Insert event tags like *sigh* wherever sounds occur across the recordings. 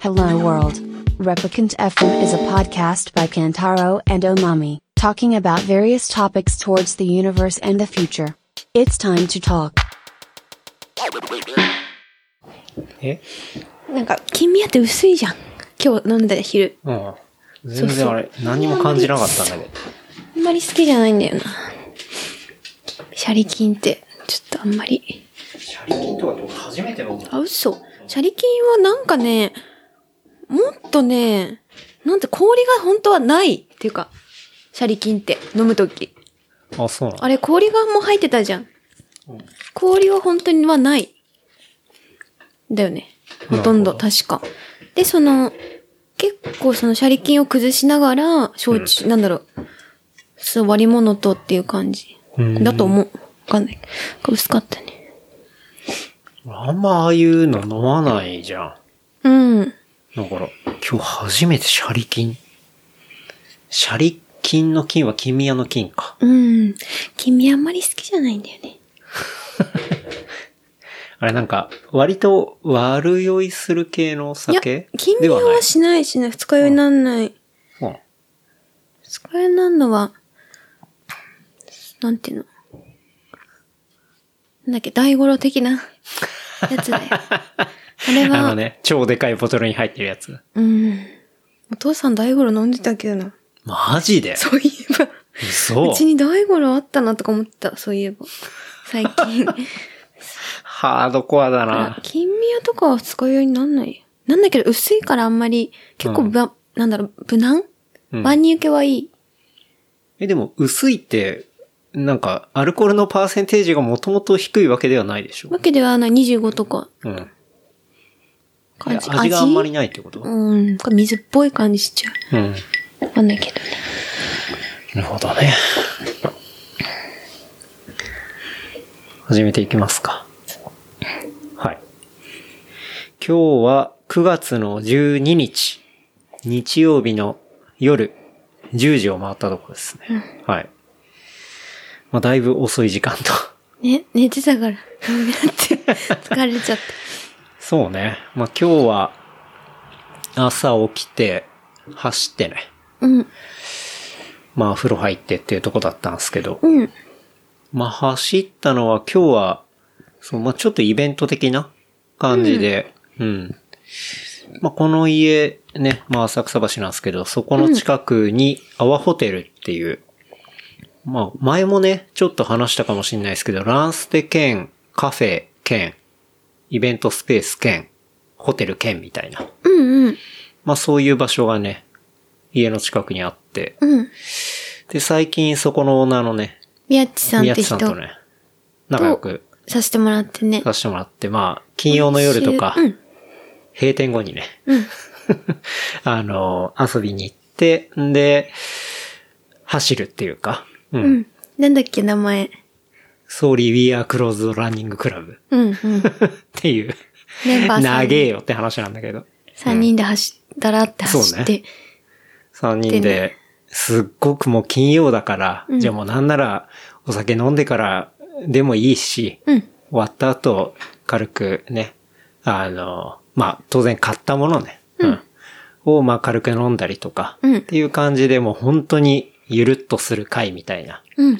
Hello World. Replicant FM is a podcast by Kantaro and Omami, talking about various topics towards the universe and the future. It's time to talk. えなんか、金宮って薄いじゃん。今日飲んだ昼。うん。全然あれ、何も感じなかったんだけど。あんまり好きじゃないんだよな。シャリキンって、ちょっとあんまり。シャリキンとかって初めて飲んだ。あ、嘘。シャリキンはなんかね、もっとね、なんて氷が本当はないっていうか、シャリキンって飲むとき。あ、そうなのあれ、氷がもう入ってたじゃん。氷は本当にはない。だよね。ほとんど、な確か。で、その、結構そのシャリキンを崩しながら、焼酎、なんだろう、そう割り物とっていう感じうん。だと思う。わかんない。なんか薄かったね。あんまああいうの飲まないじゃん。うん。だから、今日初めてシャリキン。シャリキンの金は君屋の金か。うん。君あんまり好きじゃないんだよね。あれなんか、割と悪酔いする系の酒君ではないは。しないしね、二日酔いになんない。うん二日酔いになんのは、なんていうの。なんだっけ、大五 *laughs* 郎的なやつだよ。あれあは、のね、超でかいボトルに入ってるやつ。うん。お父さん大五郎飲んでたけどな。マジでそういえば。嘘うちに大五郎あったなとか思ってた、そういえば。最近。 *laughs* ハードコアだな。金宮とかは二日酔いになんないよ。なんだけど、薄いからあんまり、結構ば、なんだろう、無難、うん万人受けはいい。え、でも、薄いって、なんか、アルコールのパーセンテージがもともと低いわけではないでしょわけではない、25とか。うん。感味じ味があんまりないってことうん、なんか水っぽい感じしちゃうん。う。わかんないけどね。なるほどね。始めていきますか。はい。今日は9月の12日、日曜日の夜、10時を回ったところですね。はい。まあ、だいぶ遅い時間と。ね、寝てたから、飲み *laughs* なって、疲れちゃっそうね。まあ、今日は、朝起きて、走ってね。た。うん、まあ、風呂入ってっていうとこだったんですけど。うん、まあ、走ったのは今日は、そう、まあ、ちょっとイベント的な感じで、うん。まあ、この家、ね、まあ、浅草橋なんですけど、そこの近くに、阿波ホテルっていう、まあ、前もね、ちょっと話したかもしれないですけど、ランステ兼、カフェ兼、イベントスペース兼、ホテル兼みたいな。うん、うん、まあ、そういう場所がね、家の近くにあって、うん。で、最近そこのオーナーのね、宮地さんっ宮て地人さん、とね、仲良くさせてもらってね。させてもらって、まあ、金曜の夜とか、うん、閉店後にね、うん、 *laughs* あの、遊びに行って、んで、走るっていうか、うん。うん。なんだっけ、名前。ソーリー・ウィアー・クローズ・ランニング・クラブっ *laughs* うん、うん。ていう、メンバーさ長ん。えよって話なんだけど、三人で走ったらって走そうねって。 3人でで、すっごくもう金曜だから、うんじゃあもうなんならお酒飲んでからでもいいし、うん、終わった後、軽くね、あの、まあ、当然買ったものね。うん。を、まあ、軽く飲んだりとか、うんっていう感じで、もう本当にゆるっとする会みたいなうん。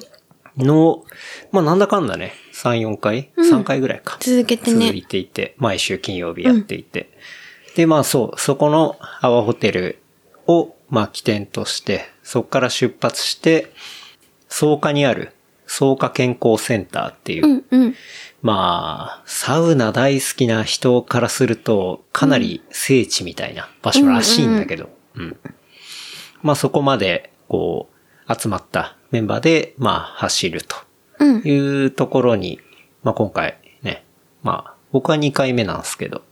のを、まあ、なんだかんだね、3、4回、うん ?3 回ぐらいか。続けて続いね。ていて、毎週金曜日やっていて。で、まあそう、そこのアワホテルを、まあ起点として、そこから出発して、草加にある草加健康センターっていう、うん、うん。まあ、サウナ大好きな人からすると、かなり聖地みたいな場所らしいんだけど、うんまあそこまで、こう、集まったメンバーで、まあ走るとうん、いうところに、まあ今回ね、まあ僕は2回目なんですけど、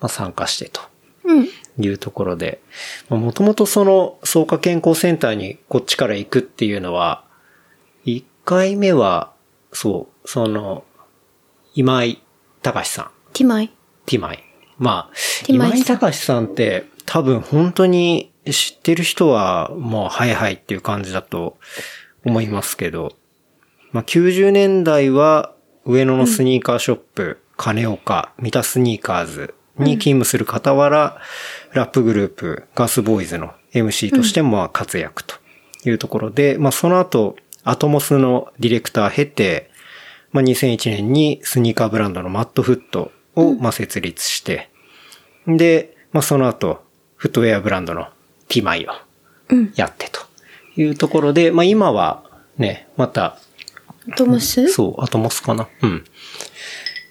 まあ参加してとうん、いうところで、もともとその草加健康センターにこっちから行くっていうのは、1回目は、そう、その、今井隆さん、ティマイ。ティマイ。まあ、ティマイ今さん井隆さんって多分本当に知ってる人はもうはいはいっていう感じだと思いますけど、まあ90年代は上野のスニーカーショップ、金岡、三田スニーカーズに勤務する傍ら、ラップグループ、ガスボーイズの MC としてもまあ活躍というところで、まあその後、アトモスのディレクター経て、まあ2001年にスニーカーブランドのマットフットをまあ設立して、で、まあその後、フットウェアブランドのティマイをうん。やってというところで、まあ今はね、またトモスそう、アトモスかなうん。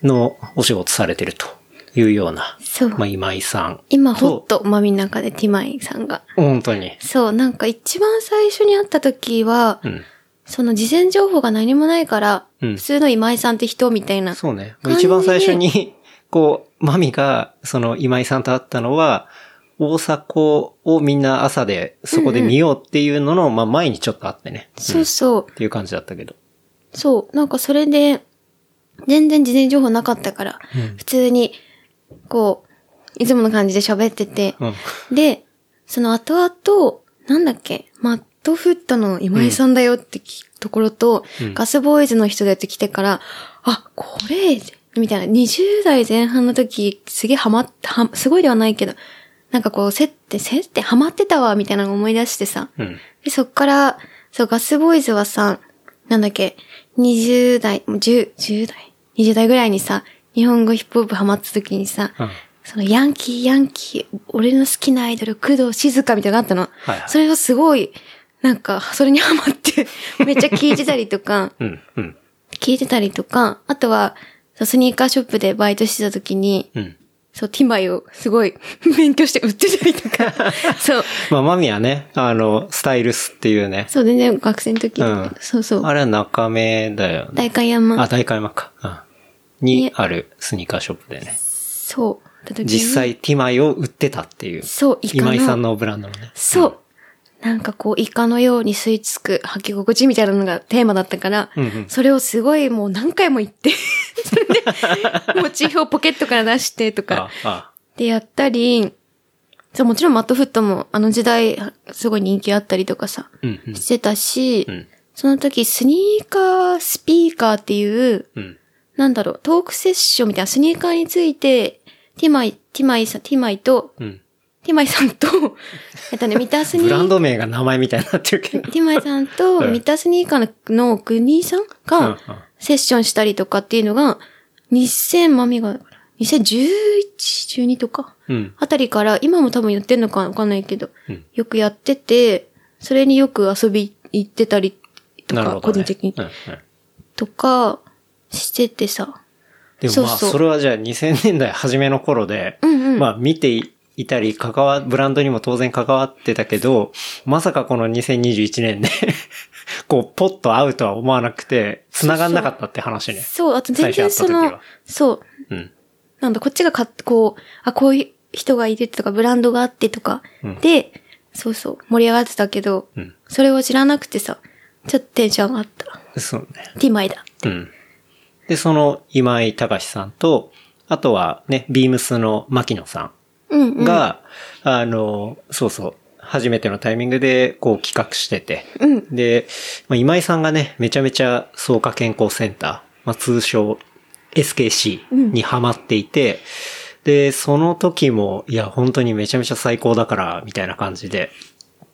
のお仕事されてるというような。そうまあ、今井さん。今、ホット、まみの中でティマイさんが。本当に。そう、なんか一番最初に会った時は、うん。その事前情報が何もないから、うん普通の今井さんって人みたいな。そうね。感じ一で番最初に、 *laughs* こう、マミが、その今井さんと会ったのは、大阪をみんな朝で、そこで見ようっていうのの、まあ前にちょっとあってね。そうっそう。ていう感じだったけど。そう。なんかそれで、全然事前情報なかったから、うん普通に、こう、いつもの感じで喋ってて、うん。 *laughs* で、その後々、なんだっけ、マットフットの今井さんだよってきところと、んガスボーイズの人だよって来てから、あ、これ、みたいな、20代前半の時、すげえハマった、はすごいではないけど、なんかこう、せって、せってハマってたわ、みたいなのを思い出してさ。うん。で、そっから、そう、ガスボーイズはさ、なんだっけ、20代、もう10、10代 ?20 代ぐらいにさ、日本語ヒップホップハマった時にさ、うんそのヤンキー、ヤンキー、俺の好きなアイドル、工藤静香みたいなのがあったの。はいはいそれがすごい、なんか、それにハマって、 *laughs* めっちゃ聞いてたりとか、うん。うん。聞いてたりとか、あとは、そうスニーカーショップでバイトしてた時に、うん。そう、ティマイをすごい勉強して売ってたり *laughs* とか、そう、まあマミはね、あの、スタイルスっていうね。そう、全然学生の時、うんそうそう、あれは中目だよね。代官山。あ、大会マか。うん。いにえあるスニーカーショップでね。そう。だと実。際、ティマイを売ってたっていう。そう、イカの。今井さんのブランドのね。そう。なんかこう、イカのように吸い付く履き心地みたいなのがテーマだったから、うんうんそれをすごいもう何回も *laughs* 言って、それで、モチーフをポケットから出してとあか、、あ、でやったり、そうもちろんマットフットもあの時代すごい人気あったりとかさ、うん、うんしてたし、うんその時スニーカースピーカーっていう、うん。なんだろう、トークセッションみたいなスニーカーについて、ティマイ、ティマイさん、ティマイと、うん。ティマイさんと、 *laughs* えっとね、ミタスニブランー、ド名が名前みたいになってるけど。ティマイさん *laughs* うと、んミタスニーカーのの国井さんうんうんが、セッションしたりとかっていうのが、2000、まみが、2011、12とか、うん。あたりから、今も多分やってんのかわかんないけど、うんよくやってて、それによく遊び行ってたりとなか、るほどね。個人的に、うんうんとか、しててさ、でそもうまあ、そうそれはじゃあ2000年代初めの頃で、うんうんまあ見ていたり、関わ、ブランドにも当然関わってたけど、まさかこの2021年で、 *laughs* こう、ポッと会うとは思わなくて、繋がんなかったって話ね。そう、あと全最然初会っそた時はの、そう、うん。なんだ、こっちがか、こう、あ、こういう人がいるとか、ブランドがあってとか、うんで、そうそう、盛り上がってたけど、うんそれを知らなくてさ、ちょっとテンション上がった。そうね。ティマイだ。うん。で、その今井隆さんと、あとはね、ビームスの牧野さうん、うんん。が、あの、そうそう、初めてのタイミングでこう企画してて、うんで、まあ、今井さんがね、めちゃめちゃ草加健康センター、まあ、通称 SKC にハマっていて、で、その時も、いや、本当にめちゃめちゃ最高だから、みたいな感じで、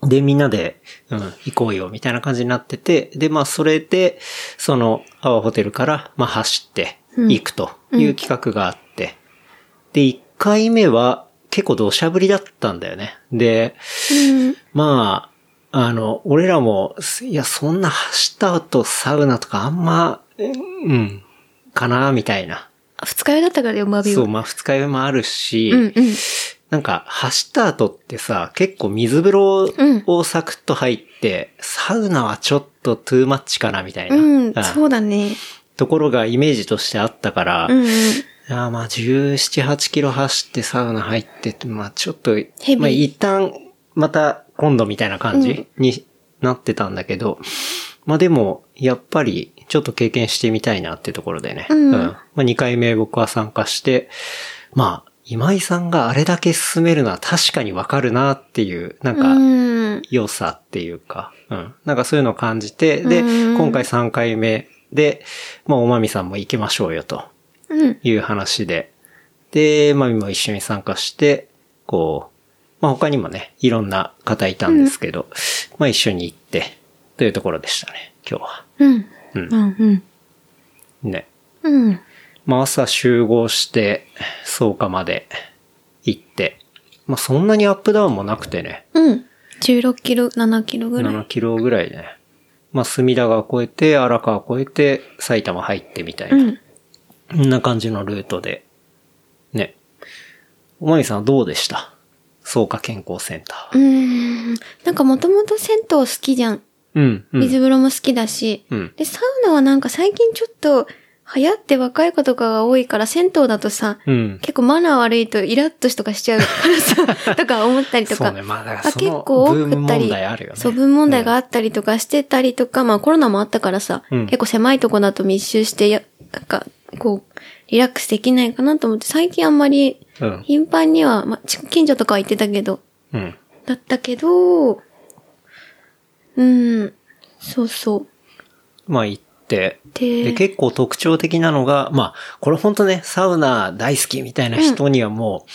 で、みんなで、うん、行こうよ、みたいな感じになってて、で、まあ、それで、その、アワホテルから、まあ、走って、行くという企画があって、で、1回目は、結構土砂降りだったんだよね。で、うん、まあ、あの、俺らも、いや、そんな走った後サウナとかあんま、うん、かな、みたいな。あ二日酔いだったからよ、マビそは。う、まあ、二日酔いもあるし、うん、うん。なんか、走った後ってさ、結構水風呂をサクッと入って、サウナはちょっとトゥーマッチかな、みたいな、うん、あそうだね。ところがイメージとしてあったから、うん、うん。あーまあ、17、8キロ走ってサウナ入ってって、まあちょっと、ヘビーまあ一旦、また今度みたいな感じになってたんだけど、まあでも、やっぱり、ちょっと経験してみたいなってところでね。うんまあ2回目僕は参加して、まあ、今井さんがあれだけ進めるのは確かにわかるなっていう、なんか、うん、良さっていうか、うん。なんかそういうのを感じて、で、うん今回3回目で、まあ、おまみさんも行きましょうよとうん、いう話で。で、まあ今一緒に参加して、こう、まあ他にもね、いろんな方いたんですけど、まあ一緒に行って、というところでしたね、今日は。うん。ううんん。うん。ね。うん。まあ朝集合して、草加まで行って、まあそんなにアップダウンもなくてね、うん。16キロ、7キロぐらい。 7キロぐらいね。まあ隅田川越えて、荒川越えて、埼玉入ってみたいな。うん。こんな感じのルートで。ね。おまみさんはどうでした草加健康センタうー。ん。なんかもともと銭湯好きじゃん。うん。うん。水風呂も好きだし。うん。で、サウナはなんか最近ちょっと流行って若い子とかが多いから、銭湯だとさ、うん。結構マナー悪いとイラッとしとかしちゃうか *laughs* らさ、とか思ったりとそうか。ね。まあ、だからあそ結の構ブ多ームくったり、問題あるよね。そう、分問題があったりとかしてたりとか、まあコロナもあったからさ、うん結構狭いとこだと密集してや、なんか、こう、リラックスできないかなと思って、最近あんまりうん。頻繁には、まあ、ち近所とかは行ってたけど、うん。だったけど、うん、そうそう。まあ行って。でで、結構特徴的なのが、まあ、これほんとね、サウナ大好きみたいな人にはもう、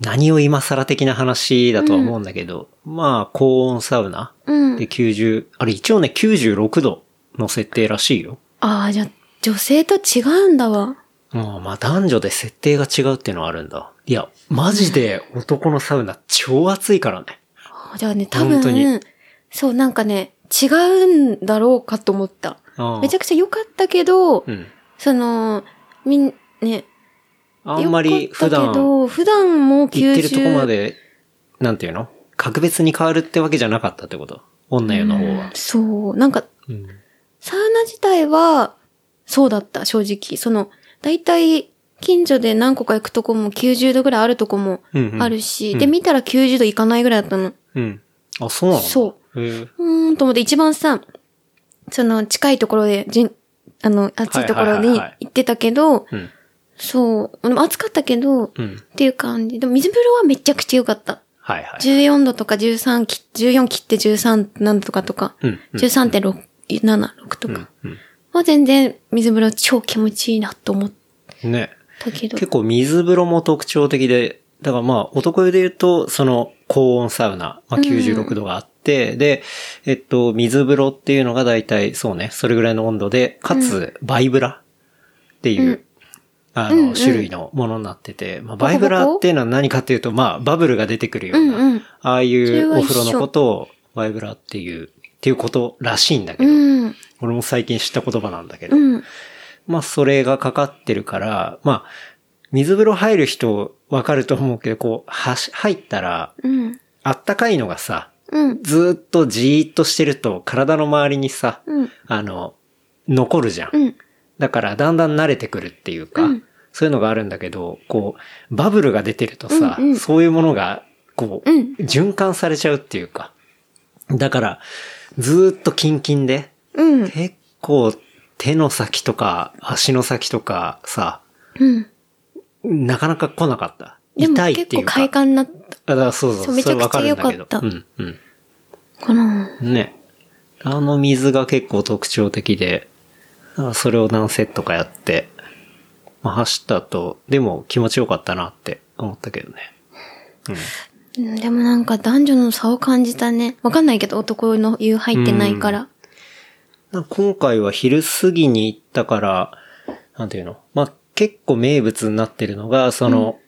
何を今更的な話だとは思うんだけど、まあ、高温サウナうんで。90、あれ一応ね、96度の設定らしいよ。ああ、じゃあ、女性と違うんだわ。もう、まあ、男女で設定が違うっていうのはあるんだ。いや、マジで男のサウナ超暑いからね。あーじゃあね、多本当に分、そう、なんかね、違うんだろうかと思った。ああめちゃくちゃ良かったけど、うん。その、みん、ね、あんまり普よかったけ段ど、普段も行90。ってるとこまで、なんていうの格別に変わるってわけじゃなかったってこと女湯の方は。そう、なんか、うん。サウナ自体は、そうだった、正直。その、大体、近所で何個か行くとこも90度ぐらいあるとこもうんうんあるし、うんで、見たら90度いかないぐらいだったの。うん。あ、そうなの。そうへえうーんと思って一番さ、その近いところで、じんあの、暑いところはいはいはいにはい行ってたけど、うん。そう、でも暑かったけど、っうん。ていう感じ。でも水風呂はめちゃくちゃ良かった。はいはい。 14度とか13き、14切って13なんとかとか、うんうん13.6、7、6とかうんは全然水風呂超気持ちいいなと思っうん。ね。たけど。結構水風呂も特徴的で、だからまあ男湯で言うと、その高温サウナ、まあ、96度があって、で、えっと、水風呂っていうのが大体そうね、それぐらいの温度で、かつバイブラっていう、うんあうんうの、ん種類のものになってて、まあ、バイブラっていうのは何かっていうと、まあ、バブルが出てくるような、うんうんああいそれうはお一緒風呂のことを、バイブラっていう、っていうことらしいんだけうど、ん、俺も最近知った言葉なんだけど、うん、まあ、それがかかってるから、まあ、水風呂入る人わかると思うけど、こう、はし、入ったら、うん、あったかいのがさ、うん、ずーっとじーっとしてると、体の周りにさ、うん、あの、残るじゃん。うん、だから、だんだん慣れてくるっていうか、うんそういうのがあるんだけど、こう、バブルが出てるとさ、うんうんそういうものが、こう、うん循環されちゃうっていうか、だから、ずーっとキンキンで、うん、結構手の先とか足の先とかさ、うん。なかなか来なかった。でも痛いっ結てい構うか。快感なったあだからそうそう、そうめちゃくちゃ良かったそれわるんだけどうん、かな。うん。ね。あの水が結構特徴的で、だからそれを何セットかやって、まあ、走った後、でも気持ちよかったなって思ったけどね。うんでもなんか男女の差を感じたね。わかんないけど男の湯入ってないから。なんか今回は昼過ぎに行ったから、なんていうのまあ、結構名物になってるのが、その、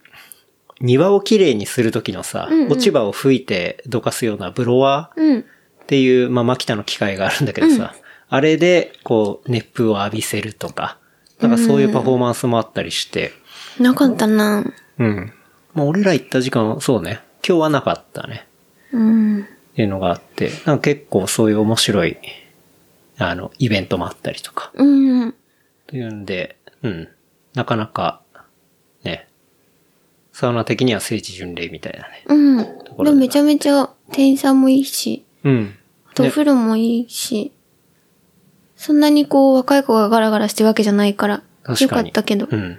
庭をきれいにするときのさ、うんうん落ち葉を吹いてどかすようなブロワーうん、っていう、まあ、マキタの機械があるんだけどさ、あれで、こう、熱風を浴びせるとか、なんかそういうパフォーマンスもあったりして、なかったな。うん。まあ、俺ら行った時間は、そうね、今日はなかったね。うん。っていうのがあって、なんか結構そういう面白い、あの、イベントもあったりとか。うん。というんで、うん。なかなか、ね。サウナ的には聖地巡礼みたいなね。うん。でころでもめちゃめちゃ店員さんもいいし、うん。あとおね風呂もいいし、そんなにこう若い子がガラガラしてるわけじゃないから、よ確かかっに。たけど。うん。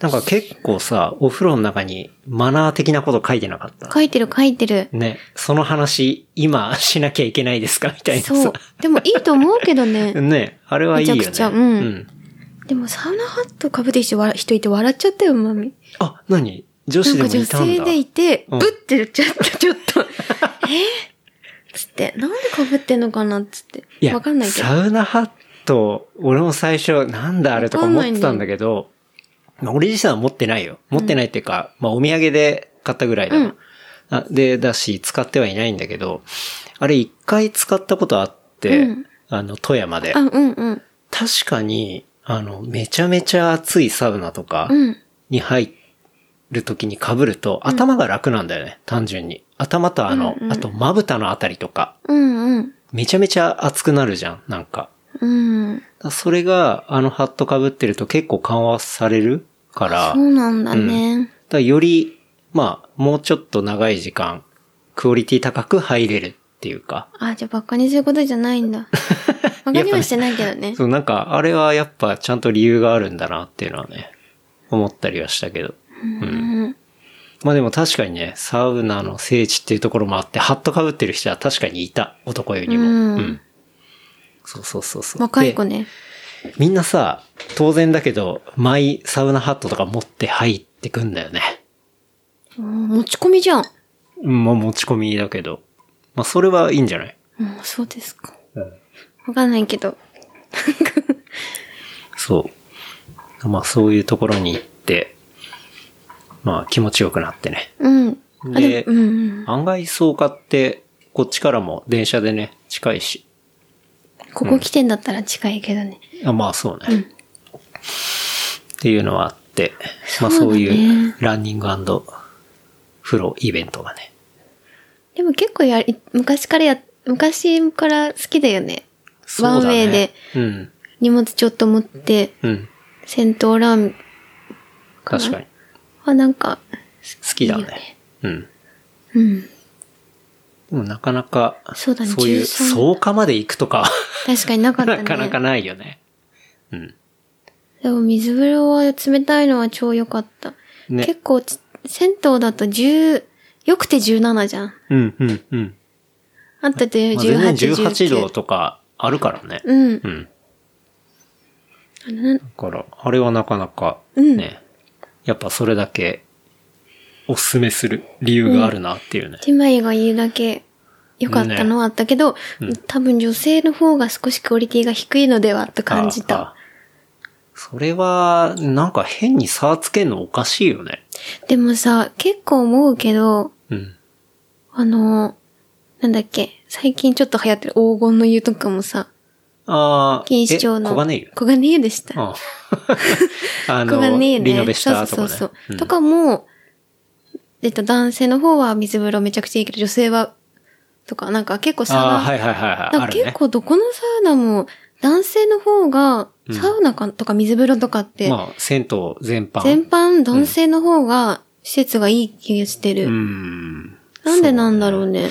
なんか結構さ、お風呂の中にマナー的なこと書いてなかった。書いてる書いてる。ね。その話、今しなきゃいけないですかみたいなそうさ。。でもいいと思うけどね。ね。あれはいいよね。めちゃくちゃうんうんでもサウナハットかぶってる人わ人いて笑っちゃったよ、マミ。あ、何女な子んでかも女いたん性だ。でいて、うぶんって言っちゃった、ちょっ *laughs* と。えーつって、なんでかぶってんのかなっつって。いや、わかんないけど。サウナハット、俺も最初、なんだあれとか思ってたんだけど、まあ、俺自身は持ってないよ。持ってないっていうか、まあお土産で買ったぐらいだな、うんあで、だし、使ってはいないんだけど、あれ一回使ったことあって、うんあの、富山であ、。うんうん。確かに、あの、めちゃめちゃ暑いサウナとかうん。に入るときに被ると、頭が楽なんだよね、単純に。頭とあの、うんうんあとまぶたのあたりとか、うんうん。めちゃめちゃ熱くなるじゃん、なんか。うん。だからそれが、あのハット被ってると結構緩和されるから、そうなんだうね。だからより、まあ、もうちょっと長い時間、クオリティ高く入れるっていうか。あ、じゃあバカにすることじゃない *laughs* んだ。バカにはしてないけどね。そう、なんか、あれはやっぱちゃんと理由があるんだなっていうのはね、思ったりはしたけど。うん。まあでも確かにね、サウナの聖地っていうところもあって、ハット被ってる人は確かにいた、男湯にも。うんうん。そうそうそうそう。若い子でね。みんなさ、当然だけど、マイサウナハットとか持って入ってくんだよね。うん持ち込みじゃん。うんまあ持ち込みだけど。まあそれはいいんじゃないうん、そうですかうん。わかんないけど。そう。まあそういうところに行って、まあ気持ちよくなってね。うん。あ、ででも、うんうん。案外草加って、こっちからも電車でね、近いし。ここ来てんだったら近いけどね。あまあそうね、っていうのはあって、まあそうそだねういうランニング風呂イベントがね。でも結構やり、昔からや、昔から好きだよね。そうだワンウねェイで。うん。荷物ちょっと持って、うん。戦闘ランかな確かに。好はなんか、きだいいよねねうん。うん。でもなかなか、そうだねいう13草加まで行くとかは、確かになかったね。なかなかないよね。うん。でも水風呂は冷たいのは超良かった。ね結構ち、銭湯だと10、よくて17じゃん。うん、うん、うん。あったてまあ18、全然18 19度とかあるからね。うん。うん。あのなだから、あれはなかなかうんね、やっぱそれだけおすすめする理由があるなっていうね。ティマイが言うだけ良かったのはあったけど、多分女性の方が少しクオリティが低いのではと感じあ。あた。それは、なんか変に差つけんのおかしいよね。でもさ、結構思うけど、うん。あの、なんだっけ、最近ちょっと流行ってる黄金の湯とかもさ、ああ、錦糸町えの。小金井よ。小金湯でした。あ *laughs* ああ小の、金井ね。リノベしたとかそうね。そうそう。うんとかも、えっと、男性の方は水風呂めちゃくちゃいいけど、女性は、とか、なんか結構差が、ああ、はいはいはいはい。なあんかる結ね。構どこのサウナも、男性の方が、サウナかとか水風呂とかって、まあ、銭湯全般。全般男性の方が施設がいい気がしてる。うん。なんでなんだろうね。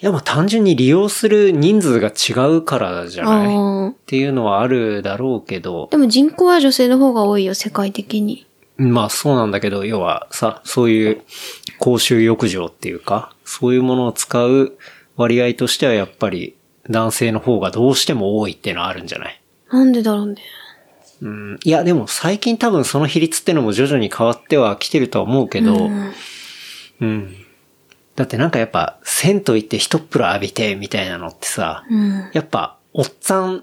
いや、まあ単純に利用する人数が違うからじゃああないっー。ていうのはあるだろうけど、でも人口は女性の方が多いよ、世界的に。まあそうなんだけど、要はさ、そういう公衆浴場っていうか、そういうものを使う割合としてはやっぱり男性の方がどうしても多いっていうのはあるんじゃないなんでだろうね。うん。いや、でも最近多分その比率ってのも徐々に変わってはきてるとは思うけど、うん。だってなんかやっぱ、銭湯行って一っ風呂浴びてみたいなのってさ、うん。やっぱ、おっさん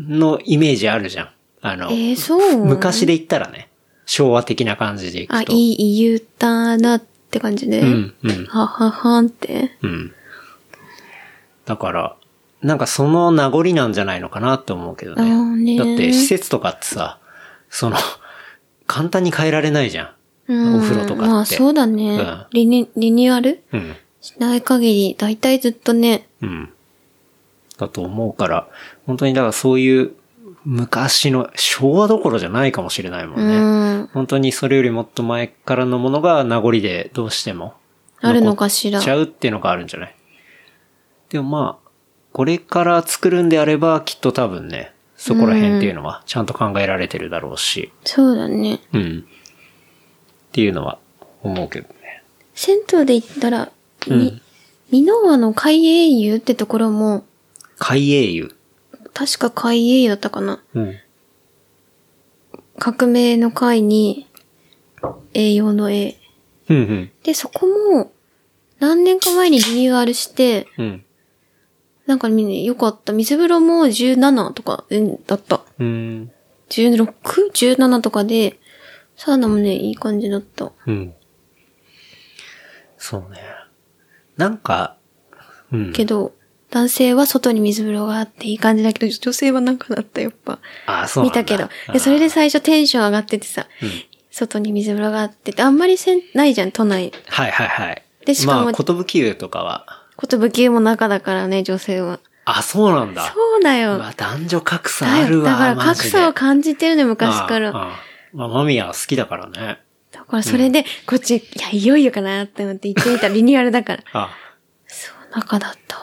のイメージあるじゃん。あの、えー、そう昔で言ったらね、昭和的な感じでいあく、と。いい、言うたなって感じで。うん、うん、はははんって。うん。だから、なんかその名残なんじゃないのかなって思うけどあーね。ねだーって施設とかってさ、その、簡単に変えられないじゃうんん。お風呂とかって。まあそうだね。うんリニリニューアルうん。しない限り、だいたいずっとね、うん。だと思うから、本当にだからそういう昔の昭和どころじゃないかもしれないもんね。うん。本当にそれよりもっと前からのものが名残でどうしてもあるのかしら。ちゃうっていうのがあるんじゃないでもまあ、これから作るんであればきっと多分ね、そこら辺っていうのはちゃんと考えられてるだろうし、そうだね。うん。っていうのは思うけどね。銭湯で言ったら、うんみ、ミノワの海英雄ってところも、海英雄。確か海英雄だったかな。うん。革命の会に、栄養の A。うんうん。で、そこも、何年か前にリニューアルして、うん。なんかみんな良かった。水風呂も17とか、うん、だった。うん。 16?17 とかで、サウナもね、いい感じだった。うん。そうね。なんか、うん。けど、男性は外に水風呂があっていい感じだけど、女性はなんかだった、やっぱ。あ、そうな見んだたけど。で、それで、最初テンション上がっててさ、外に水風呂があってて、あんまりせん、ないじゃん、都内。あーはいはいはい。でしかもまあ、ことぶき湯とかは。ことぶきも中だからね、女性は。あ、そうなんだ。そうだうよ。わ、男女格差だあるよ。わ。だからマ格ジで差を感じてるね、昔かああら。ああまあ、マミヤ好きだからね。だからそれで、こっち、いや、いよいよかなって思って行ってみたら、リニューアルだから。あそう、中だったわ。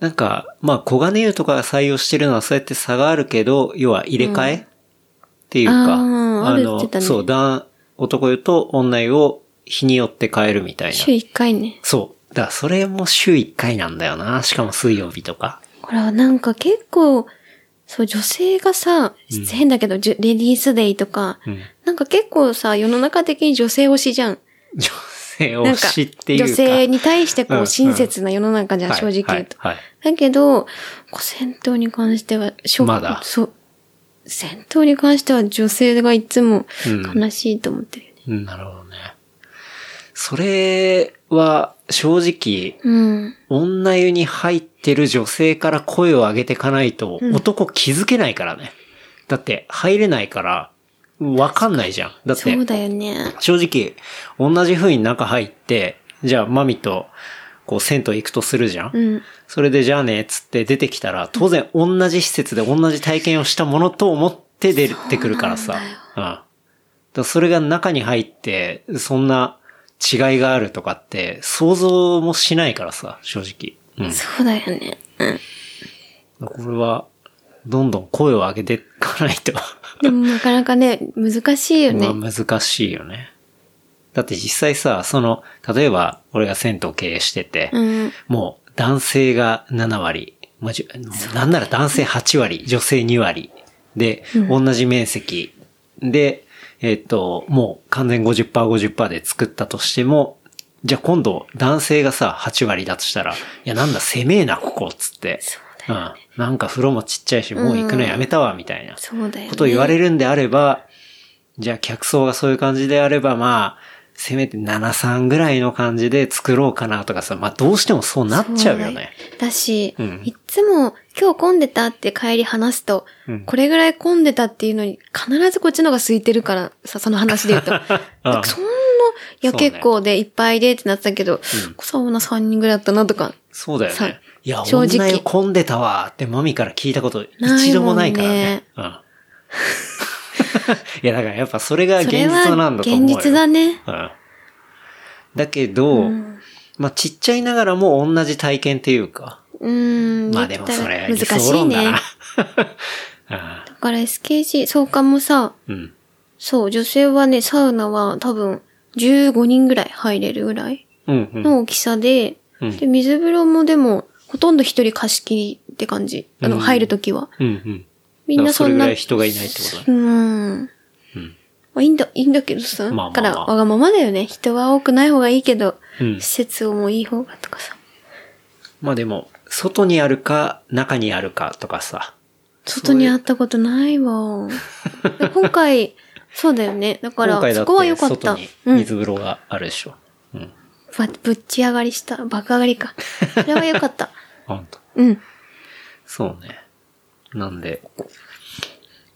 なんか、まあ、小金湯とかが採用してるのはそうやって差があるけど、要は入れ替え、っていうか、あーあるって言ってたねそう、男、男湯と女湯を日によって変えるみたいな。週1回ね。そう。だからそれも週1回なんだよな。しかも水曜日とか。これはなんか結構、そう、女性がさ、変だけど、じゅレディースデイとか、うんなんか結構さ、世の中的に女性推しじゃん。女性なをんか、知っている女か。性に対してうんこうう、ん親切な世の中じゃん、はい正直言うと。はい。はいだけど、こう戦闘に関しては、しょまだそう。戦闘に関しては女性がいつもうん悲しいと思ってるよね。うんなるほどね。それは、正直、うん。女湯に入ってる女性から声を上げてかないと、うん男気づけないからね。だって、入れないから、わかんないじゃん。だっそてう、だよね。正直、同じ風に中入って、じゃあ、マミと、こう、銭湯行くとするじゃん。うん。それで、じゃあね、っつって出てきたら、当然、同じ施設で同じ体験をしたものと思って出てくるからさ。うん。だからそれが中に入って、そんな違いがあるとかって、想像もしないからさ、正直。うん。そうだよね。うん。これは、どんどん声を上げていかないと、でもなかなかね、難しいよね。まあ難しいよね。だって実際さ、その、例えば、俺が銭湯経営してて、うん。もう男性が7割、まあじゅなんなら男性8割、女性2割で、同じ面積で、えっ、と、もう完全50%、50%で作ったとしても、じゃあ今度男性がさ、8割だとしたら、いやなんだ狭えな、ここ、っつって。うん。なんか風呂もちっちゃいし、もう行くのやめたわ、みたいな。そうだよね。ことを言われるんであれば、じゃあ客層がそういう感じであれば、まあ、せめて73ぐらいの感じで作ろうかなとかさ、まあどうしてもそうなっちゃうよね。だし、んいっつも今日混んでたって帰り話すと、これぐらい混んでたっていうのに必ずこっちのが空いてるからさ、その話 *laughs* で言うと。だからそんな、いやそうね結構でいっぱいでってなってたけど、サウナ3人ぐらいだったなとか。そうだよそうね。いや、正直女よ混んでたわーってマミから聞いたこと一度もないからね。 *laughs* うん。いや、だからやっぱそれがそ現れ実なはんだと思う現よ。実だね。うん。だけど、まあちっちゃいながらも同じ体験っていうか。うーん。まあでもそれは言理ったら難想しい論だね。なだ。あから SKG、そうかもさ、ー *laughs* うん。そう、女性はね、サウナは多分15人ぐらい入れるぐらい。うん、うん。の大きさで、うんで、水風呂もでも、ほとんど一人貸し切りって感じ。あの、うん入るときは。うん、うん。みんなそんな。だかられぐらい人がいないってことだね。うん。まあ、いいんだ、いいんだけどさ。まあまあまあから、わがままだよね。人は多くない方がいいけど、うん施設をもういい方がとかさ。まあでも、外にあるか、中にあるかとかさ。外に会ったことないわ。で今回、そうだよね。だから今、回だそっこは良てかっ外たに。うん。水風呂があるでしょ。うん。ばぶっち上がりした。爆上がり *laughs* か。それは良かった。ほんと。うん。そうね。なんで、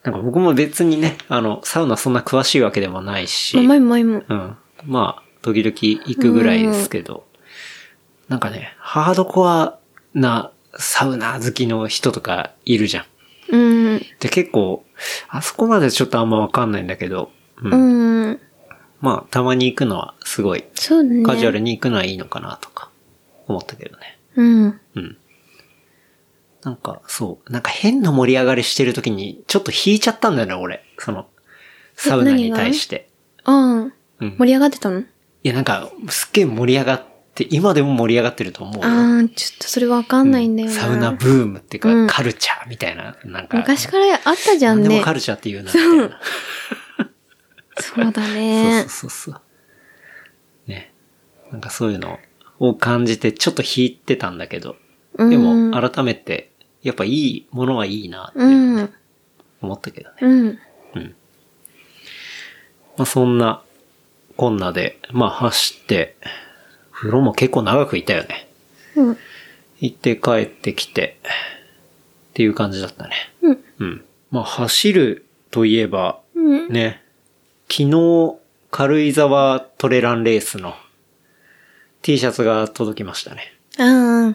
なんか僕も別にね、あの、サウナそんな詳しいわけでもないし、まあ、前も前も。うん。まあ、時々行くぐらいですけど、なんかね、ハードコアなサウナ好きの人とかいるじゃん。うん。で、結構、あそこまでちょっとあんまわかんないんだけど、うんうん。まあ、たまに行くのはすごい、そうだね。カジュアルに行くのはいいのかなとか、思ったけどね。うん。うん。なんか、そう、なんか変な盛り上がりしてる時に、ちょっと引いちゃったんだよね、俺。その、サウナに対して。ああ、うん盛り上がってたのいや、なんか、すっげえ盛り上がっって今でも盛り上がってると思うよ。あー、ちょっとそれわかんないんだよな。サウナブームっていうか、うんカルチャーみたいな、なんか。昔からあったじゃん何でもね。カルチャーっていうな、みたいな。そうだね。そうそうそうそう。ね。なんかそういうのを感じて、ちょっと引いてたんだけど、でうんも改めて、やっぱいいものはいいなってうん。思ったけどね。うん。まあそんな、こんなで、まあ走って、風呂も結構長くいたよね。うん。行って帰ってきて、っていう感じだったね。うん。うん。まあ走るといえば、うん。ね、昨日、軽井沢トレランレースの T シャツが届きましたね。ああ。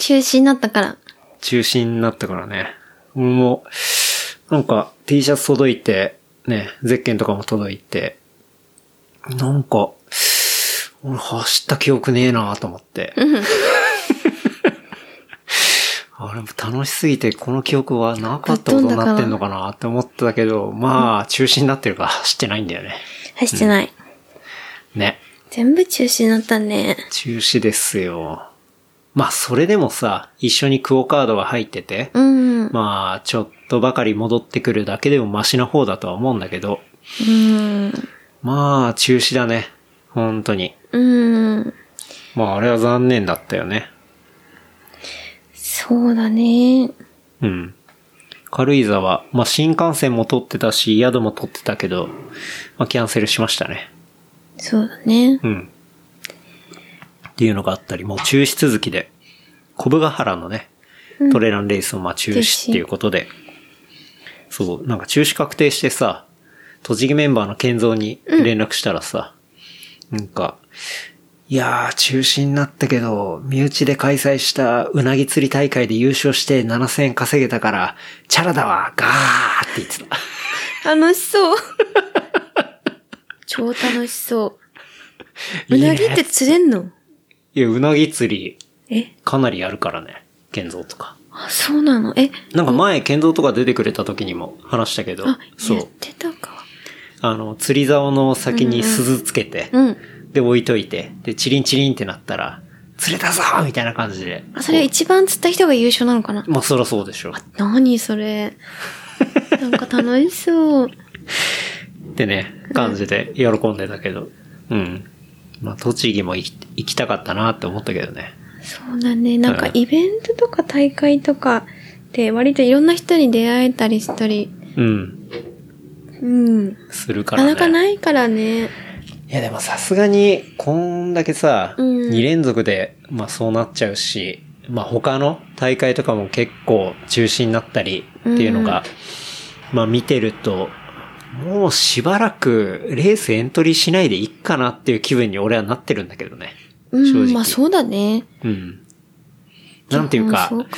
中止になったから。中止になったからね。もう、なんか T シャツ届いて、ね、ゼッケンとかも届いて、なんか、俺走った記憶ねえなと思って。 *laughs* あれも楽しすぎて、この記憶はなかったことになってんのかなって思ってたけど、まあ、中止になってるから走ってないんだよね。走ってない。ね。全部中止になったね。中止ですよ。まあ、それでもさ、一緒にクオカードが入ってて、うん。まあ、ちょっとばかり戻ってくるだけでもマシな方だとは思うんだけど、うん。まあ、中止だね。本当に。うん。まあ、あれは残念だったよね。そうだね。うん。軽井沢、まあ、新幹線も取ってたし、宿も取ってたけど、まあ、キャンセルしましたね。そうだね。うん。っていうのがあったり、もう中止続きで、小部ヶ原のね、トレランレースもまあ中止っていうことで、そう、なんか中止確定してさ、栃木メンバーの健三に連絡したらさ、なんか、いやー、中止になったけど、身内で開催したうなぎ釣り大会で優勝して7000円稼げたから、チャラだわ、ガーって言ってた。楽し *laughs* そう。超楽しそう。うなぎって釣れんのいや、うなぎ釣り、えかなりやるからね、健三とか。あ、そうなのえなんか前、剣道とか出てくれた時にも話したけどあ、、そやっう。てたか。あの、釣り竿の先に鈴つけて、うん。で置いといて、で、チリンチリンってなったら、釣れたぞーみたいな感じで。あ、それ一番釣った人が優勝なのかなまあ、そらそうでしょ。何 *laughs* それ。なんか楽しそう。ってね、感じで喜んでたけど。うん。まあ、栃木も行き行きたかったなって思ったけどね。そうだね。なんかうんイベントとか大会とかで割といろんな人に出会えたりしたり。うん。うん。するかならかね。なかないからね。いやでもさすがに、こんだけさ、うん2連続で、まあそうなっちゃうし、まあ他の大会とかも結構中止になったりっていうのが、まあ見てると、もうしばらくレースエントリーしないでいっかなっていう気分に俺はなってるんだけどね。正うん。直まあそうだね。うん。なんていうか、んそうか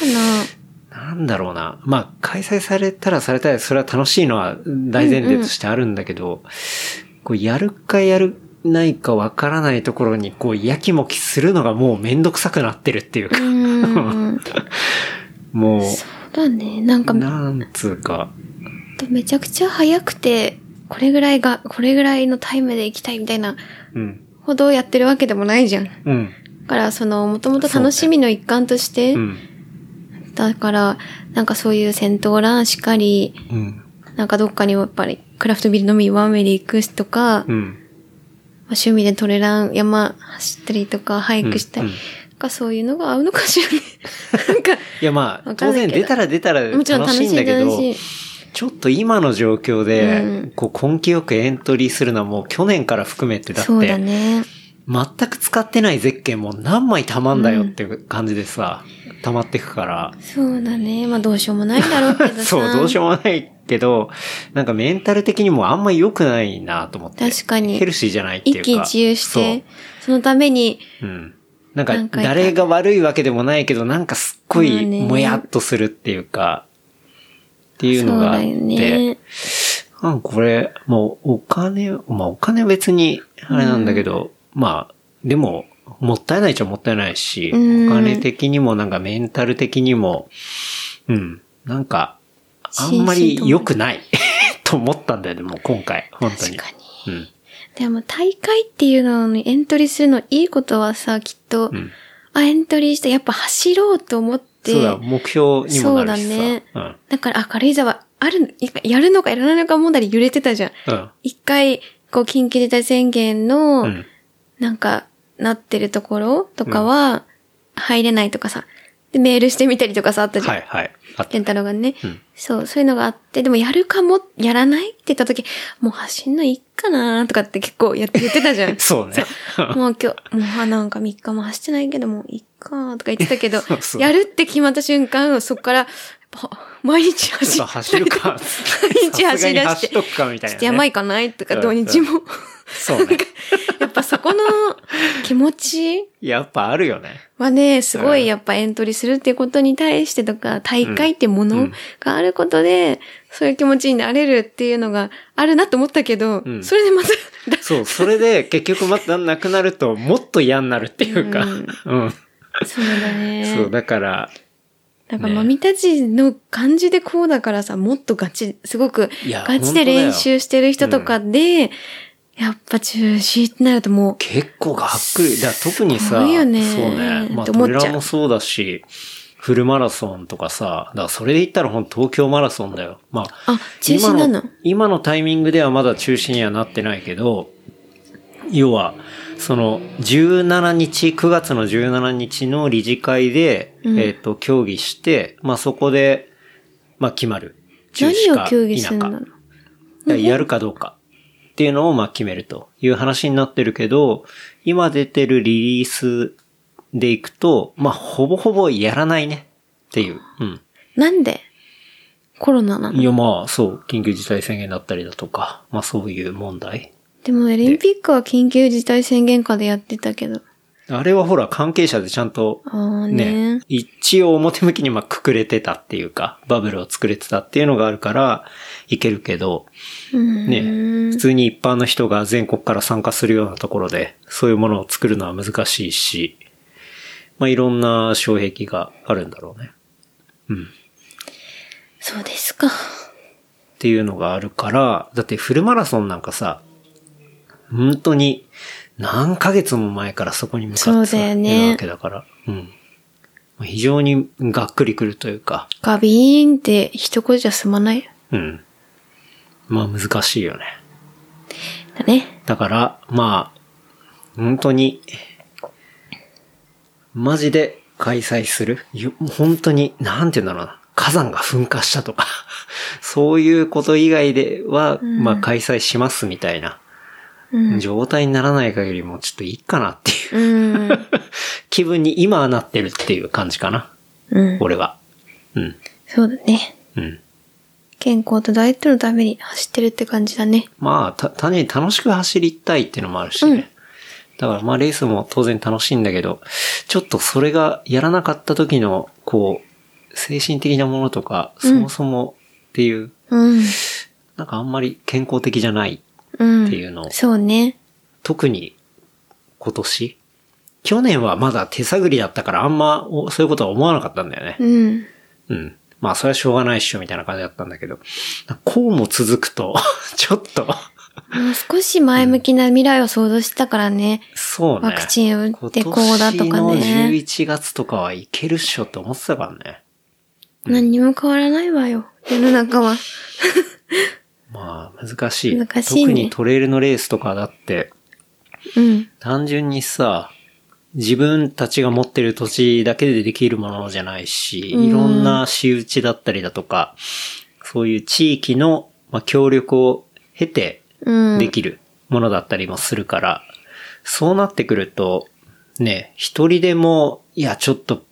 な。なんだろうな。まあ、開催されたらされたら、それは楽しいのは大前提としてあるんだけど、こう、やるかやるないかわからないところに、こう、やきもきするのがもうめんどくさくなってるって *laughs* いうか、うん。そうもう、だね。なんかなんつうか、めちゃくちゃ早くて、これぐらいが、これぐらいのタイムで行きたいみたいなうん、ほどやってるわけでもないじゃん。だうん、からその、もともと楽しみの一環として、うん、だから、なんかそういう戦闘ランしかり、うん、なんかどっかにやっぱりクラフトビール飲みワンウェイで行くとか、うまあん、趣味でトレラン山走ったりとか、ハイクしたり、うんうんなんかそういうのが合うのかしらね。 *laughs* なんか、いやまあ、わかん当な然いけど出たら出たらもちろん楽楽ししいんだいけ楽ど、しい。ちょっと今の状況で、うんこう根気よくエントリーするのはもう去年から含めてだって、そうだね。全く使ってないゼッケンも何枚溜まんだよっていう感じでさ、溜まってくから。そうだね。まあどうしようもないだろうけどさ。 *laughs* そう、どうしようもないけど、なんかメンタル的にもあんま良くないなと思って。確かにヘルシーじゃないっていうか。一喜一憂して、そのために、そう。うん。なんなんか、かいた誰が悪いわけでもないけど、なんかすっごまあいねもやっとするっていうか、っていうのがあっそうだよて、ね。あこれ、もうお金、まあお金別に、あれなんだけど、まあ、でも、もったいないっちゃもったいないし、うんお金的にもなんかメンタル的にも、うん、なんか、 *laughs* あんまり良くないと思ったんだよね、もう今回、本当確に。かに。うん。でも大会っていうのにエントリーするのいいことはさ、きっと、うん。あ、エントリーして、やっぱ走ろうと思って、そうだ、目標にもなるしさ。そうだねん。だから、あ、軽井沢、ある、いやるのかやらないのか問題で揺れてたじゃん。うん。一回、こう、緊急事態宣言の、うん。なんか、なってるところとかは、入れないとかさ、で、メールしてみたりとかさ、あったじゃん。はい、はい。あった健太郎がね、うん。そう、そういうのがあって、でもやるかも、やらないって言った時、もう走んのいいかなとかって結構やって言ってたじゃん *laughs* そうね。もう今日、もうあなんか3日も走ってないけど、もういっかとか言ってたけど *laughs* そうそうやるって決まった瞬間、そっから、やっぱ毎日走ちょっと走るか。 *laughs* 毎日走らさ *laughs* すしがに走てっ、とくかみたいちな、ね。ょっと山行かないとか、土日も。そうね。やっぱそこの気持ちやっぱあるよね。はね、すごうんいやっぱエントリーするっていうことに対してとか、大会ってもうんうのんがあることで、そういう気持ちになれるっていうのがあるなと思ったけど、うんそれでまた、 *laughs* そう、それで結局またなくなるともっと嫌になるっていうか。うん。そうだね。そう、だから、なんか、まみたちの感じでこうだからさ、もっとガチ、すごくいや、ガチで練習してる人とかで、やっぱ中止ってなるともう、結構がっくり。だから特にさ、すごいよねそうね。まあ、っトて思っレちゃうランもそうだし、フルマラソンとかさ、だからそれで言ったらほんと東京マラソンだよ。まあ、あ、中止なの今の。今のタイミングではまだ中止にはなってないけど、要は、その、17日、9月の17日の理事会で、うんえっ、と、協議して、まあそこで、まあ決まる。中止何かを協議するんだろ否うか。だからやるかどうかっていうのをまあ決めるという話になってるけど、今出てるリリースでいくと、まあほぼほぼやらないねっていう。うん。なんでコロナなのいや、まあ、そう、緊急事態宣言だったりだとか、まあ、そういう問題。でもオリンピックは緊急事態宣言下でやってたけど。あれはほら、関係者でちゃんと、ああね。ね、一応表向きにまあくくれてたっていうか、バブルを作れてたっていうのがあるから、いけるけど、うん。ね、普通に一般の人が全国から参加するようなところで、そういうものを作るのは難しいし、まあ、いろんな障壁があるんだろうね。うん。そうですか。っていうのがあるから、だってフルマラソンなんかさ、本当に何ヶ月も前からそこに向かってそうださよいねるわけだから。うん。非常にがっくりくるというか、ガビーンって一言じゃ済まないようん。まあ難しいよね。だね。だから、まあ、本当に、マジで開催する。よ本当に、なんて言うんだろうな。火山が噴火したとか、 *laughs* そういうこと以外では、んまあ開催しますみたいなうん。状態にならない限りもちょっといいかなっていう *laughs* うん。気分に今はなってるっていう感じかな。 *laughs* うん。俺は。うん。そうだね。うん。健康とダイエットのために走ってるって感じだね。まあ、た、単純に楽しく走りたいっていうのもあるしね。うんだからまあレースも当然楽しいんだけど、ちょっとそれがやらなかった時の、こう、精神的なものとか、そもそもっていう、うん。なんかあんまり健康的じゃない。うん。っていうのをそうね。特に今年去年はまだ手探りだったからあんまおそういうことは思わなかったんだよね。うん。うん。まあ、それはしょうがないっしょ、みたいな感じだったんだけど、こうも続くと、 *laughs* ちょっと、もう少し前向きな未来を想像してたからね。そうね。ワクチン打ってこうだとかね今年の11月とかはいけるっしょって思ってたからね。何にも変わらないわよ。世の中は。まあ、難しい。難しい特ねにトレイルのレースとかだって、うん。単純にさ、自分たちが持ってる土地だけでできるものじゃないし、うんいろんな仕打ちだったりだとか、そういう地域の、まあ、協力を経て、うん。できるものだったりもするから、そうなってくると、ね、一人でも、いや、ちょっと、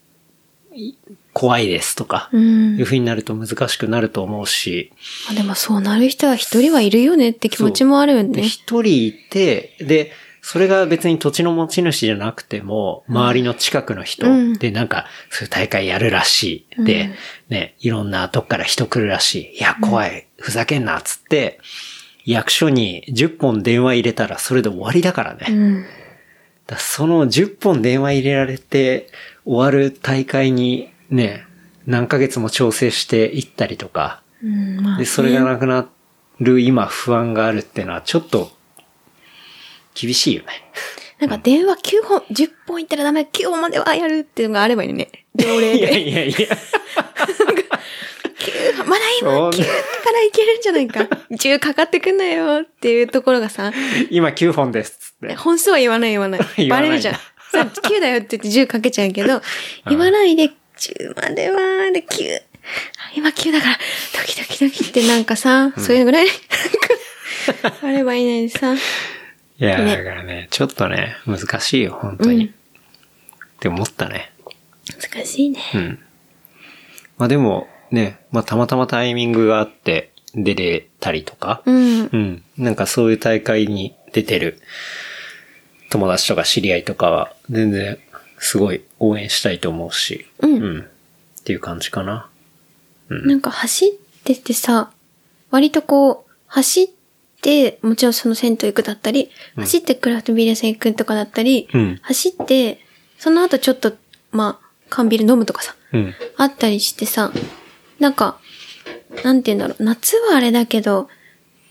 い怖いですとか、うんいう。風になると難しくなると思うし、まあでもそうなる人は一人はいるよねって気持ちもあるよでね。一人いて、で、それが別に土地の持ち主じゃなくても、周りの近くの人、うんで、なんか、そういう大会やるらしい。うでん、ね、いろんなとこから人来るらしい。いや、怖い。ふざけんな、つって、役所に10本電話入れたらそれで終わりだからね。うん。だその10本電話入れられて終わる大会にね、何ヶ月も調整していったりとか、うん、まあ、で、それがなくなる今不安があるってのはちょっと厳しいよね。なんか電話9本、10本いったらダメ、9本まではやるっていうのがあればいいのね。条例いやで。いやいや。 9まだ今そ9うだからいけるんじゃないか。10かかってくんなよっていうところ *laughs* がさ、 *laughs* 今9本です。つって。本数は言わない言わない。言わバないレんだるじゃん。さ、9だよって言って10かけちゃうけど、言わないで10までは、で9。今9だから、ドキドキドキってなんかさ、そういうぐらい、なんかあればいいのにさ。いや、ねだからね、ちょっとね、難しいよ、本当に。うんって思ったね。難しいね。うん。まあでも、ね、まあたまたまタイミングがあって出れたりとか、ううん。ん。なんかそういう大会に出てる友達とか知り合いとかは、全然すごい応援したいと思うし、うんっていう感じかな。なんか走っててさ、割とこう、走って、もちろんその銭湯行くだったり、走ってクラフトビール屋さん行くとかだったり、うん走って、その後ちょっと、まあ、缶ビール飲むとかさ、うん。あったりしてさ、なんか、なんて言うんだろう、夏はあれだけど、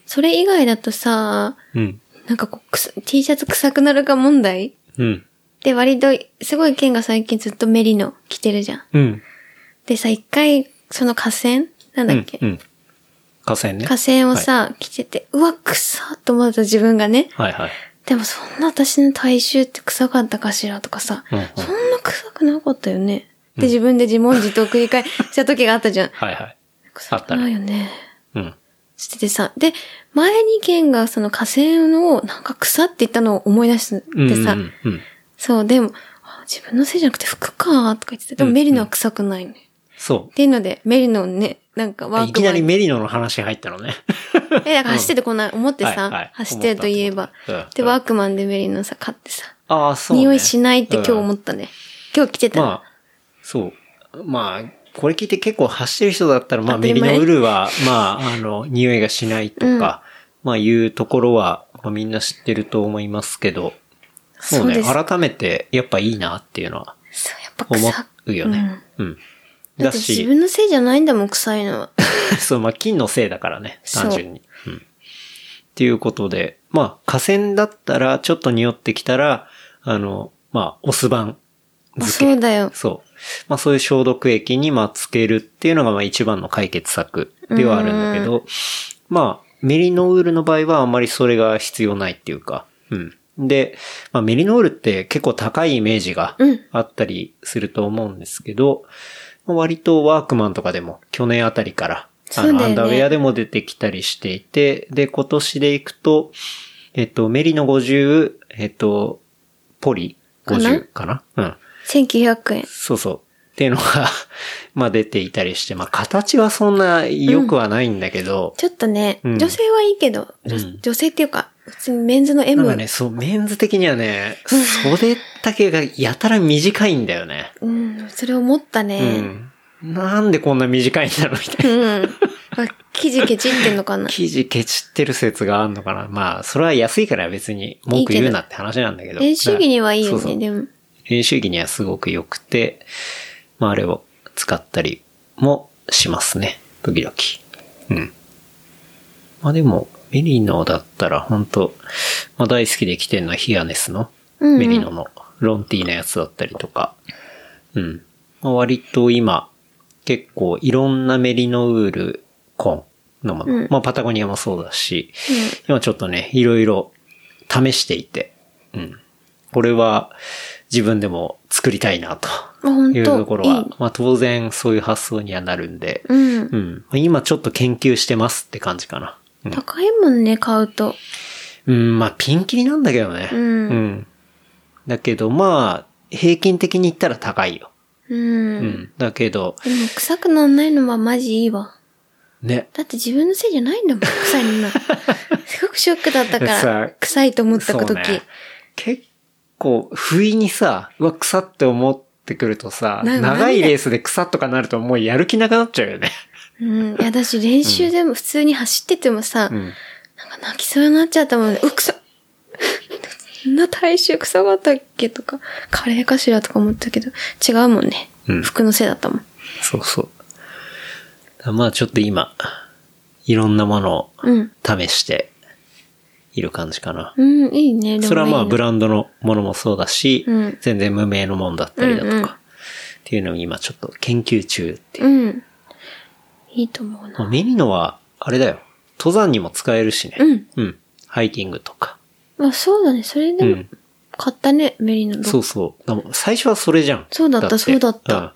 それ以外だとさ、うん。なんかこうくす、T シャツ臭くなるか問題うん。で、割と、すごい剣が最近ずっとメリノ着てるじゃん。うん。でさ、一回、その河川なんだっけ、うんうん。河川ね。河川をさ、着てて、うわ、臭っと思った自分がね。はいはい。でもそんな私の体臭って臭かったかしらとかさ、うんうんそんな臭くなかったよね。で、自分で自問自答を繰り返した時があったじゃん。はいはい。臭くないよね。うん。しててさ、で、前にケンがその河川をなんか臭って言ったのを思い出してさ、うんうんうん。そう、でも、あ自分のせいじゃなくて服かとか言ってて、でもメリノは臭くないね。そっていうので、メリノをね、なんかワう。ーいクきマなンりメリノの話入ったのね。え、だから走っててこない、思ってさ、はいはい走ってるといえば思った思ったうん。で、ワークマンでメリノさ、買ってさ、ああ、そう、ね。匂いしないって今日うん思ったね。今日着てた。まあ、そう。まあ、これ聞いて結構走ってる人だったら、まあ、当たメりリ前ノウルは、まあ、あの、匂いがしないとか、まあ、いうところは、まあ、みんな知ってると思いますけど、そうそうね、です改めて、やっぱいいなっていうのは、そう、やっぱ思臭うよね。うん。だだって自し、分のせいじゃないんだもん、臭いのは。 *laughs* そう、まあ、金のせいだからね、そう単純に。うん。っていうことで、まあ、河川だったら、ちょっと匂ってきたら、あの、まあ、お酢番まあ漬け。そうだよ。そう。まあそういう消毒液にまあつけるっていうのがまあ一番の解決策ではあるんだけど、まあメリノールの場合はあまりそれが必要ないっていうか、うん。で、まあメリノールって結構高いイメージがうんあったりすると思うんですけど、まあ割とワークマンとかでも去年あたりから、あそうの、だよアねンダーウェアでも出てきたりしていて、で、今年でいくと、えっと、メリノ50、えっと、ポリ50かなうん。 1900円。そうそう。っていうのが、まあ出ていたりして、まあ形はそんな良くはないんだけど、ちょっとね、うん女性はいいけど、女うん女性っていうか、普通にメンズのなんか M。ね、そう、メンズ的にはね、袖丈がやたら短いんだよね。うん、それ思ったうね。ん。なんでこんな短いんだろうみたいな。うん。あ生地ケチってんのかな。生地ケチってる説があんのかな。まあ、それは安いから別に文句言うなって話なんだけど。練習着にはいいよそうそね、うでも。練習着にはすごく良くて、まあ、あれを使ったりもしますね。時々。うん。まあでも、メリノだったら本当まあ大好きで着てるのはヒアネスの、うんうんメリノのロンティーのやつだったりとか。うん。まあ、割と今、結構いろんなメリノウールコンのもの。うんまあパタゴニアもそうだし、今ちょっとね、いろいろ試していて、うん。これは自分でも作りたいなあ、ほとん。いうとことろいは、い。まあ当然そういう発想にはなるんで、うんう。ん。今ちょっと研究してますって感じかな。うん高いもんね、買うと。うん、まあピンキリなんだけどね。うんだけどまあ、平均的に言ったら高いよ。うん。うん。だけど、でも臭くならないのはマジいいわ。ね。だって自分のせいじゃないんだもん、臭い *laughs* の。すごくショックだったかさら、臭いと思った時。結構、不意にさ、うわ、草って思ってくるとさ、な長いレースで草とかなるともうやる気なくなっちゃうよね。うん。いや、だし練習でも普通に走っててもさ、んなんか泣きそうになっちゃったもんね。うっ、臭っそんな体臭臭かったっけとか、カレーかしらとか思ったけど、違うもんね。うん服のせいだったもん。そうそう。だまあちょっと今、いろんなものをうん。試している感じかな。うん、いいね。それはまあブラランドのものもそうだし、うん全然無名のもんだったりだとか、うんうんっていうのに今ちょっと研究中っていう。うん。いいと思うな。まあメリノは、あれだよ。登山にも使えるしね。うん。うん。ハイキングとか。あ、そうだね。それでうもん、買ったね、メリノそうそう。だもん最初はそれじゃん。そうだったてそうだったん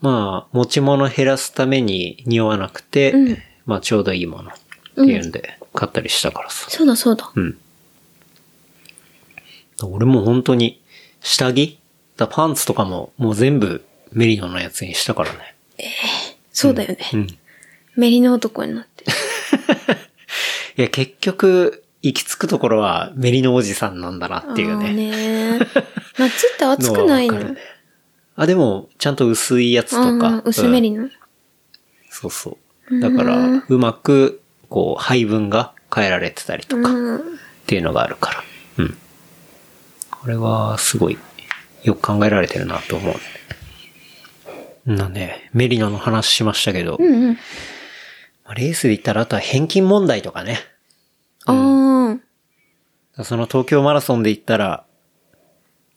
まあ、持ち物減らすために匂わなくて、うんまあちょうどいいものっていうんで、買ったりしたからさ。そうだそうだ。うん。俺も本当に、下着だパンツとかも、もう全部メリノのやつにしたからね。そうだよね。うん。いメリノ男になって。や、結局、行き着くところはメリノおじさんなんだなっていうあーね。 *laughs* ねー夏って暑くないのはわかるねあ、でも、ちゃんと薄いやつとうかん。薄メリうんノ。そうそう。だから、うまく、こう、配分が変えられてたりとかっうん。ていうのがあるから。うん。これは、すごい、よく考えられてるなと思う。なんで、メリノの話しましたけど、うんうん。まあレースで言ったら、あとは返金問題とかね。ああ。その東京マラソンで言ったら、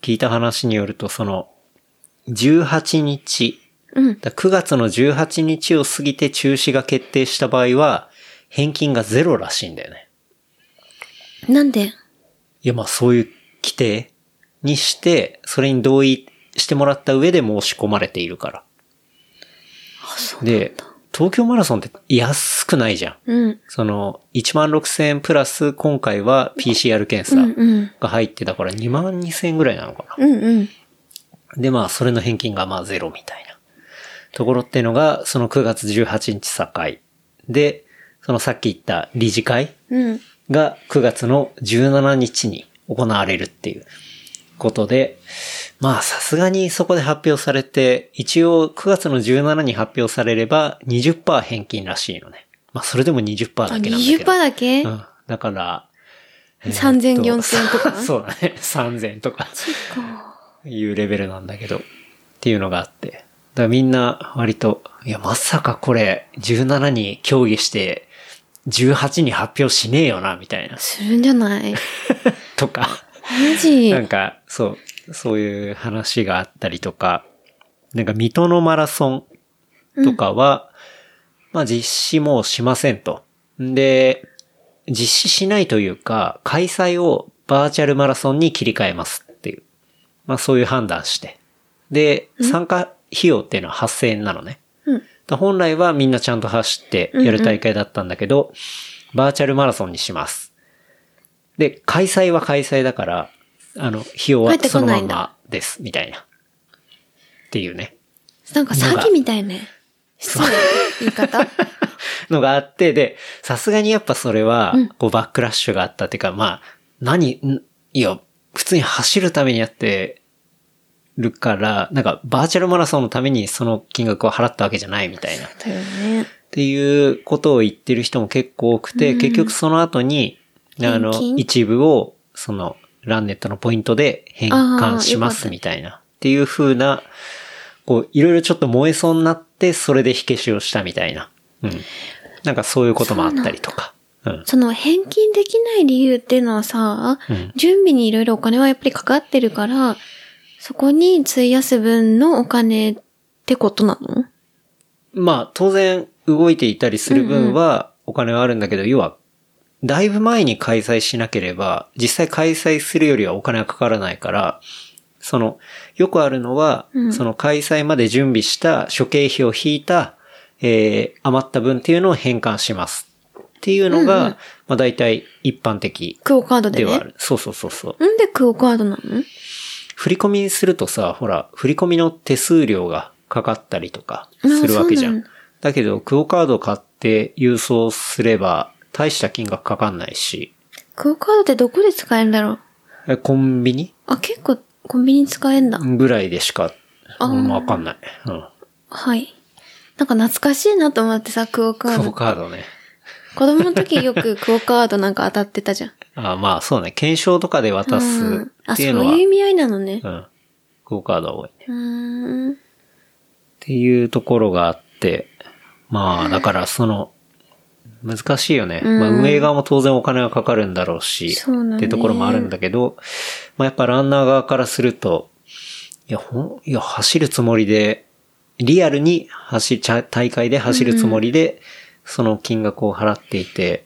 聞いた話によると、その、18日、うん。だ9月の18日を過ぎて中止が決定した場合は、返金がゼロらしいんだよね。なんでいや、まあそういう規定にして、それに同意してもらった上で申し込まれているから。で、東京マラソンって安くないじゃん。うん。その、1万6000円プラス今回は PCR 検うん査うん。が入ってたから2万2000円ぐらいなのかな。うんうん。で、まあ、それの返金がまあゼロみたいなところっていうのが、その9月18日境で、そのさっき言った理事会うん。が9月の17日に行われるっていうことで、まあ、さすがにそこで発表されて、一応9月の17に発表されれば20%返金らしいのね。まあ、それでも20%だあ、けなんだけど。20%だけうん。だから、 ?3000、えーっ4000とか。 *laughs* そうだね。3000とか。いうレベルなんだけど、っていうのがあって。だからみんな割と、いや、まさかこれ、17に協議して、18に発表しねえよな、みたいな。するんじゃないとか、マジなんか、そう、そういう話があったりとか、なんか、水戸のマラソンとかは、まあ、実施もうしませんと。で、実施しないというか、開催をバーチャルマラソンに切り替えますっていう。まあ、そういう判断して。で、参加費用っていうのは8000円なのね。うん。だ本来はみんなちゃんと走ってやる大会だったんだけど、バーチャルマラソンにします。で、開催は開催だから、あの、費用は帰ってそこのなまいんんだまです、みたいな。っていうね。なんか詐欺みたいね。失礼な言い方のがあって、で、さすがにやっぱそれは、こうバックラッシュがあったっていうか、まあ、何、んいや、普通に走るためにやってるから、なんかバーチャルマラソンのためにその金額を払ったわけじゃないみたいな。だよね。っていうことを言ってる人も結構多くて、結局その後に、あの返、金一部を、その、ランネットのポイントで変換しまあすーよみたいな。っていう風な、こう、いろいろちょっと燃えそうになって、それで火消しをしたみたいな。うん。なんかそういうこともあったりとか。うん。その返金できない理由っていうのはさ、うん準備にいろいろお金はやっぱりかかってるから、そこに費やす分のお金ってことなのまあ、当然、動いていたりする分は、お金はあるんだけど、要は、だいぶ前に開催しなければ、実際開催するよりはお金はかからないから、その、よくあるのは、うんその開催まで準備した諸経費を引いた、えー、余った分っていうのを返還します。っていうのが、うんうまあ大体一般的クオカードでではあね。る。そうそうそうそう。なんでクオカードなの振り込みするとさ、ほら、振り込みの手数料がかかったりとかするわけじゃ。あそうんなんだだけど、クオカード買って郵送すれば、大した金額かかんないし、クオカードってどこで使えるんだろうえコンビニあ、結構コンビニ使えんだ。ぐらいでしか、あー俺もわかんない。うん。はい。なんか懐かしいなと思ってさ、クオカークオド。カードね。子供の時よくクオカードなんか当たってたじゃん。あまあ、そうね。検証とかで渡うすん。あ、っそてういうのは、いう意味合いなのね。うん。クオカードは多いね。うーん。っていうところがあって、まあ、だからその、難しいよね。うんまあ運営側も当然お金がかかるんだろうし、そうだねってところもあるんだけど、まあやっぱランナー側からすると、いや、ほん、いや、走るつもりで、リアルに走、ちゃ大会で走るつもりで、その金額を払っていて、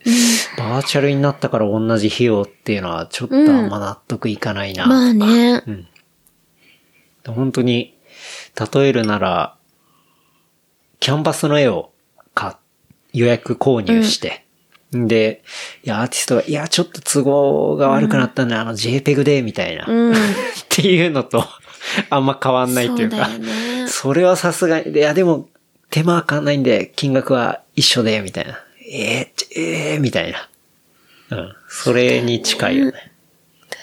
バーチャルになったから同じ費用っていうのはちょっとあんま納得いかないな。ま *laughs* あね。本当に、例えるなら、キャンバスの絵を買っ、予約購入して、で、いや、アーティストが、いや、ちょっと都合が悪くなったんで、あの JPEG で、みたいな、うっん。ていうのと、 *laughs* あんま変わんないというか、そうだよねそれはさすがに、いや、でも、手間は変わんないんで、金額は一緒で、みたいな。えー、ちえー、みたいな。うん。それに近いよね。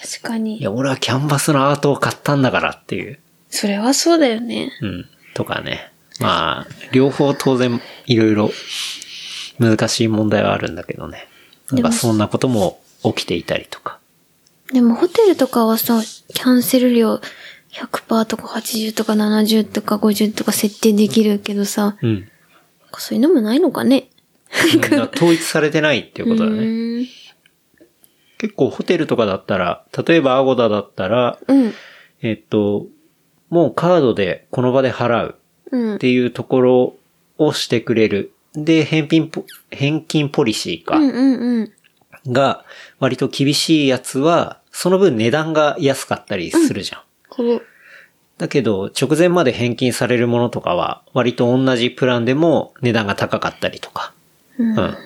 確かいに。や、俺はキャンバスのアートを買ったんだからっていう。それはそうだよね。うん。とかね。まあ、両方当然いろいろ難しい問題はあるんだけどね。なんかそんなことも起きていたりとか。でもホテルとかはさ、キャンセル料100%とか80とか70とか50とか設定できるけどさ、うん。そういうのもないのかね。だから統一されてないっていうことだうね。ーん結構ホテルとかだったら、例えばアゴダだったら、うん。えっと、もうカードでこの場で払ううんっ。ていうところをしてくれる。で、返品ポ、返金ポリシーか。うんうんうん。が、割と厳しいやつは、その分値段が安かったりするじゃんこう。だけど、直前まで返金されるものとかは、割と同じプランでも値段が高かったりとか。うんうん。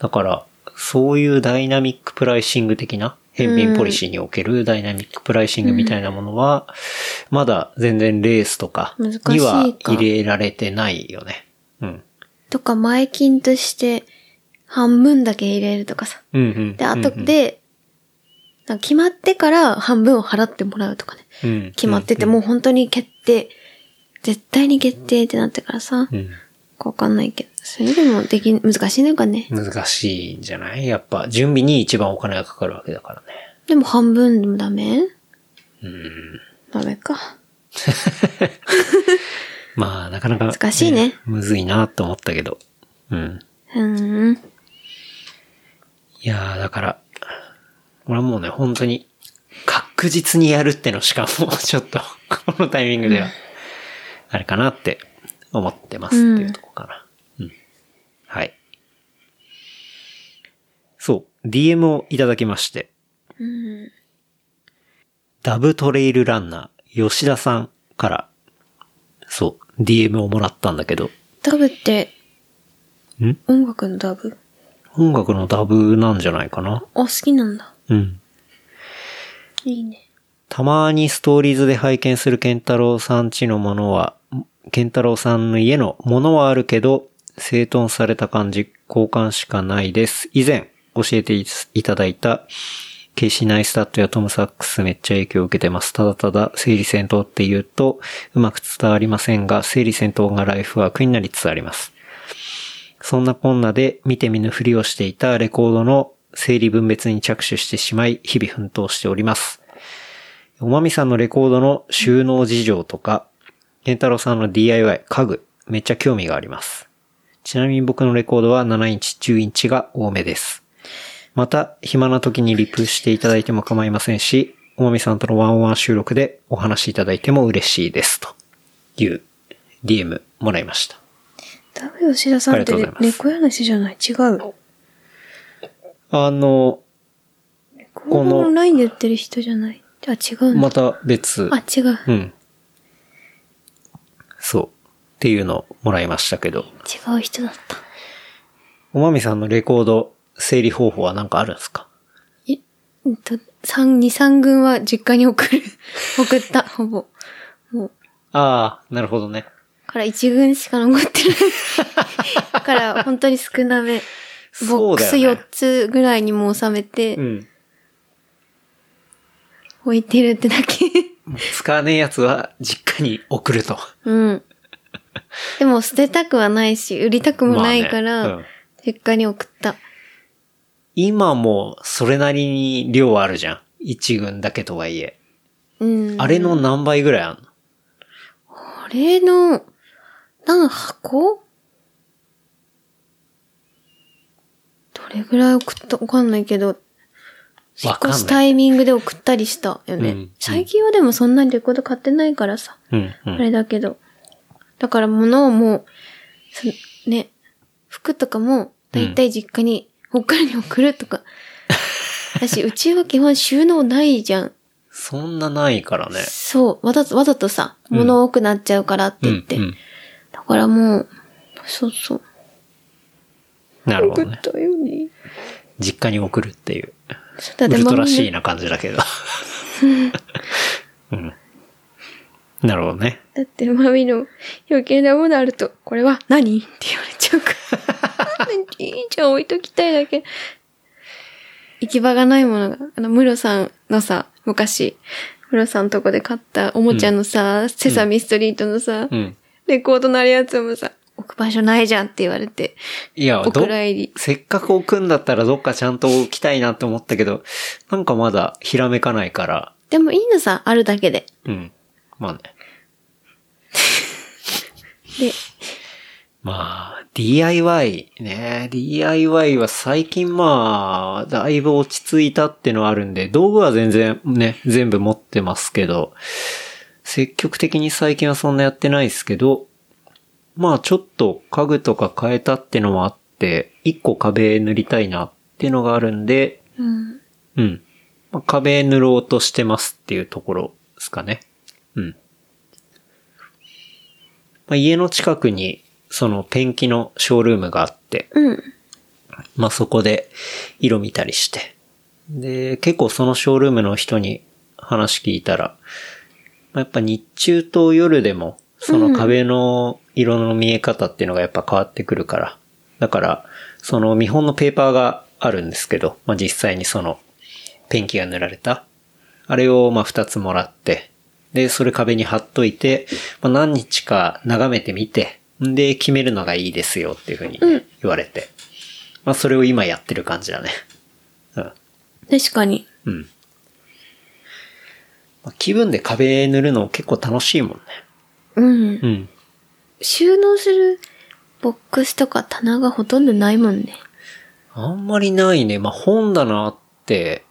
だから、そういうダイナミックプライシング的な、返品ポリシーにおけるダイナミックプライシングみたいなものは、まだ全然レースとか難しいかには入れられてないよね。うん。とか、前金として、半分だけ入れるとかさ。うんうん。で、あとうんうん、で、なんか決まってから半分を払ってもらうとかね。うん決まってて、もう本当に決定、絶対に決定ってなってからさ、うんわかんないけど、それでもでき、難しいのかね。難しいんじゃないやっぱ、準備に一番お金がかかるわけだからね。でも半分でもダメダメか。まあ、なかなか、難しいねむずいなと思ったけど。うん。うーん。いやー、だから、俺はもうね、本当に、確実にやるってのしかもう *laughs* ちょっと、このタイミングでは、あれかなって思ってますっていうとこかな。うん。はい。そう、DM をいただきまして。うん。ダブトレイルランナー、吉田さんから、そう、DM をもらったんだけど、ダブって、ん音楽のダブ音楽のダブなんじゃないかな。あ、好きなんだ。うん。いいね。たまにストーリーズで拝見するケンタロウさんちのものは、ケンタロウさんの家のものはあるけど、整頓された感じ、交換しかないです。以前、教えていただいた、ケイシー・ナイスタットやトム・サックスめっちゃ影響を受けてます。ただただ、整理戦闘って言うと、うまく伝わりませんが、整理戦闘がライフワークになりつつあります。そんなこんなで見て見ぬふりをしていたレコードの整理分別に着手してしまい、日々奮闘しております。おまみさんのレコードの収納事情とか、健太郎さんの DIY、家具、めっちゃ興味があります。ちなみに僕のレコードは7インチ、10インチが多めです。また、暇な時にリプしていただいても構いませんし、おまみさんとのワンオンワン収録でお話しいただいても嬉しいです。という DM もらいました。ダブ吉田さんってありレがとうございレますコヤの人じゃない違う。あの、レコードこのオンラインで売ってる人じゃない。あ、違うんだ。また別。あ、違う。うん。そう。っていうのをもらいましたけど。違う人だった。おまみさんのレコード整理方法は何かあるんですかえ、うんと、三、二、三軍は実家に送る。送った、ほぼ。もう。ああ、なるほどね。から一軍しか残って *laughs* ない。から、本当に少なめ。ボックスそうだよ4ねつぐらいにも収めうて、ん。置いてるってだ *laughs* け。使わねえやつは実家に送ると。うん。でも捨てたくはないし、売りたくもないから、まあねうん実家に送った。 *laughs* 今もそれなりに量はあるじゃん。一軍だけとはいえ。うん。あれの何倍ぐらいあんのあれの、何箱れぐらい送った、わかんないけど、引わっかんない越すタイミングで送ったりしたよね。うん最近はでもそんなにレコード買ってないからさ。うん、うあれん。だけど。だから物をもう、そね、服とかも、だいたい実家に、北海道に送るとか。*laughs* だし、うちは基本収納ないじゃん。そんなないからね。そう、わざと、わざとさ、うん物多くなっちゃうからってう言っん、て。うん。だからもう、そうそう。なるほ送どっね。たよね。実家に送るっていう。そうだウルトラマミシーねな感じだけど。 *laughs* うん。なるほどね。だってマミの余計なものあると、これは何って言われちゃうから。いいじゃん、置いときたいだけ。行き場がないものが、あの、ムロさんのさ、昔、ムロさんとこで買ったおもちゃのさ、セサミストリートのさ、うん。レコードのあるやつもさ、置く場所ないじゃんって言われて。いや、おど蔵入り、せっかく置くんだったらどっかちゃんと置きたいなって思ったけど、なんかまだひらめかないから、でもいいのさ、あるだけで。うん。まあね。で、まあ、DIY ね。DIY は最近まあ、だいぶ落ち着いたってのはあるんで、道具は全然ね、全部持ってますけど、積極的に最近はそんなやってないですけど、まあちょっと家具とか変えたってのもあって、一個壁塗りたいなってのがあるんで、うん。うん。まあ、壁塗ろうとしてますっていうところですかね。うん。まあ、家の近くに、そのペンキのショールームがあって、うん。まあ、そこで色見たりして。で、結構そのショールームの人に話聞いたら、まあ、やっぱ日中と夜でも、その壁の色の見え方っていうのがやっぱ変わってくるから。だから、その見本のペーパーがあるんですけど、まあ、実際にそのペンキが塗られた。あれをまあ2つもらって、で、それ壁に貼っといて、まあ、何日か眺めてみて、んで、決めるのがいいですよっていうふうに言われて。まあ、それを今やってる感じだね。うん。確かに。うん。まあ気分で壁塗るの結構楽しいもんね。うん。うん。収納するボックスとか棚がほとんどないもんね。あんまりないね。まあ、本棚あって、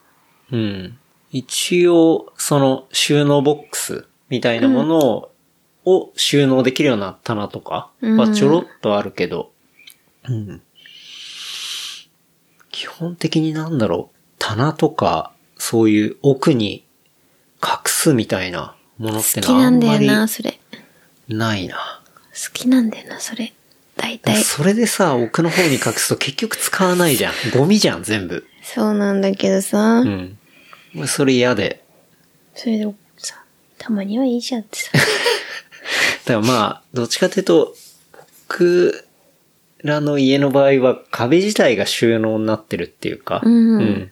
うん。一応、その収納ボックスみたいなものを、を収納できるような棚とかうんはちょろっとあるけど、うん。基本的になんだろう。棚とか、そういう奥に隠すみたいなものっての好きはなあんんだまよりな、それ。ないな。好きなんだよな、それ。大体。それでさ、奥の方に隠すと結局使わないじゃん。ゴミじゃん、全部。そうなんだけどさ、うん。俺それ嫌で。それでさ、たまにはいいじゃんってさ。だからまあ、どっちかというと、僕らの家の場合は壁自体が収納になってるっていうか、うん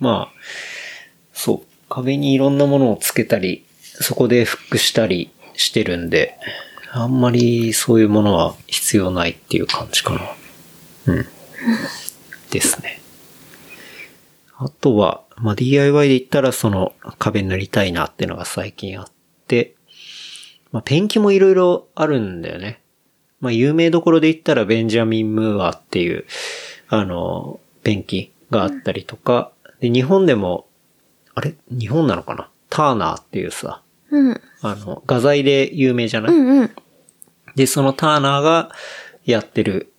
まあ、そう。壁にいろんなものをつけたり、そこでフックしたりしてるんで、あんまりそういうものは必要ないっていう感じかな。うん。ですね。あとは、まあ、DIY で言ったらその壁塗りたいなっていうのが最近あって、まあ、ペンキもいろいろあるんだよね。まあ、有名どころで言ったらベンジャミン・ムーアっていう、あの、ペンキがあったりとか、で、日本でも、あれ日本なのかなターナーっていうさ、うん。あの、画材で有名じゃなうい、んうん。で、そのターナーがやってる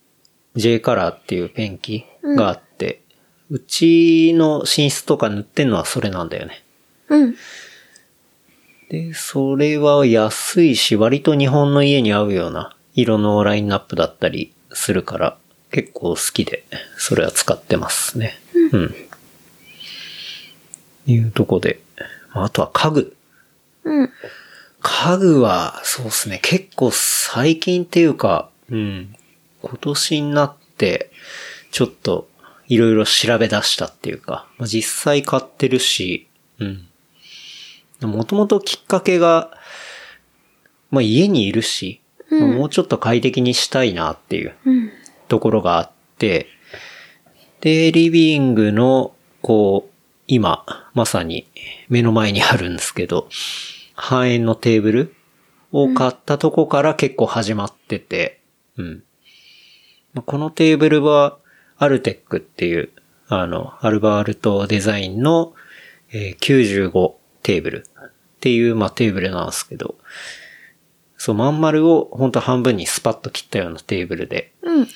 J カラーっていうペンキがあって、うちの寝室とか塗ってんのはそれなんだよね。うん。で、それは安いし、割と日本の家に合うような色のラインナップだったりするから、結構好きで、それは使ってますね。うん。いうとこで。まああとは家具。うん。家具は、そうですね、結構最近っていうか、うん、今年になって、ちょっと、いろいろ調べ出したっていうか、まあ実際買ってるし、うん。もともときっかけが、まあ家にいるし、まあもうちょっと快適にしたいなっていううん。ところがあって、で、リビングの、こう、今、まさに目の前にあるんですけど、半円のテーブルを買ったとこから結構始まってて、うん。まあこのテーブルは、アルテックっていう、あの、アルバールトデザインの、えー95テーブルっていう、まあ、テーブルなんですけど、そう、まん丸を本当半分にスパッと切ったようなテーブルで、うん。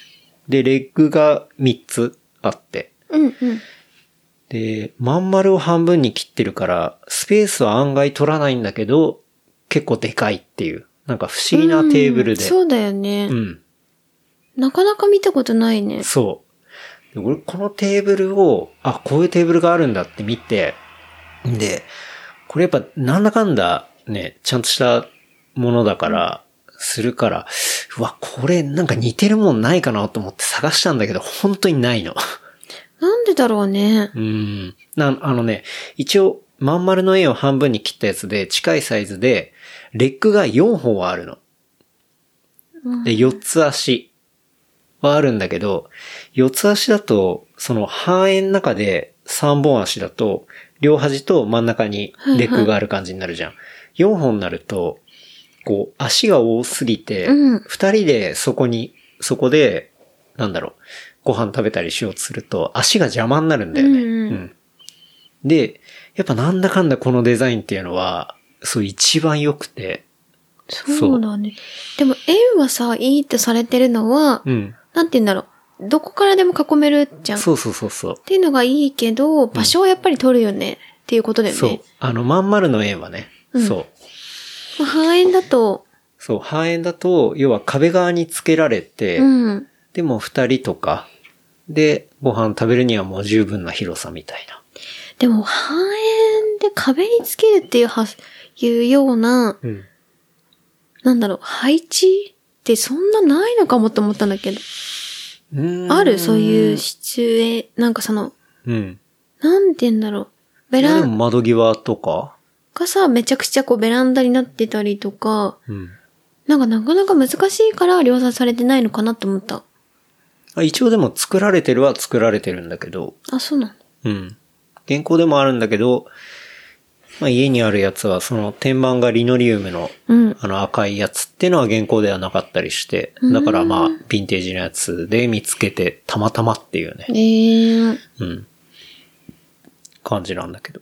で、レッグが3つあって、うんうん。で、まん丸を半分に切ってるから、スペースは案外取らないんだけど、結構でかいっていう、なんか不思議なテーブルで。うんそうだよね、うん。なかなか見たことないね。そう。で俺、このテーブルを、あ、こういうテーブルがあるんだって見て、で、これやっぱ、なんだかんだ、ね、ちゃんとしたものだから、するから、うわ、これなんか似てるもんないかなと思って探したんだけど、本当にないの。なんでだろうね。うん。な、あのね、一応、まん丸の円を半分に切ったやつで、近いサイズで、レックが4本はあるの。で、4つ足はあるんだけど、4つ足だと、その半円の中で3本足だと、両端と真ん中にレックがある感じになるじゃん。4本になると、こう、足が多すぎて、うん2人でそこに、そこで、なんだろう、ご飯食べたりしようとすると、足が邪魔になるんだよね。うんうんうんで、やっぱなんだかんだこのデザインっていうのは、そう一番良くて、そうだね。でも、円はさ、いいってされてるのは、うん。なんて言うんだろう。どこからでも囲めるじゃん。っそうそうそうそう。ていうのがいいけど、場所はやっぱり取るよね。っていうことだよね。そう。あの、まん丸の円はね。うんそう。まあ、半円だと、そう。半円だと、要は壁側につけられて、うん。でも二人とか、で、ご飯食べるにはもう十分な広さみたいな。でも、半円で壁につけるっていうは、いうような、うん。なんだろう、配置ってそんなないのかもと思ったんだけど。んあるそういうシチュエ、なんかその、うん。なんて言うんだろう。いベやラでもン窓際とか。がさ、めちゃくちゃこうベランダになってたりとか、うん。なんかなかなか難しいから量産されてないのかなと思った。あ一応でも作られてるは作られてるんだけど、あ、そうなの。うん。原稿でもあるんだけど、まあ家にあるやつはその天板がリノリウムのうん。あの赤いやつってのは原稿ではなかったりして、だからまあ、ヴィンテージのやつで見つけて、たまたまっていうねえ、ー、うん。感じなんだけど。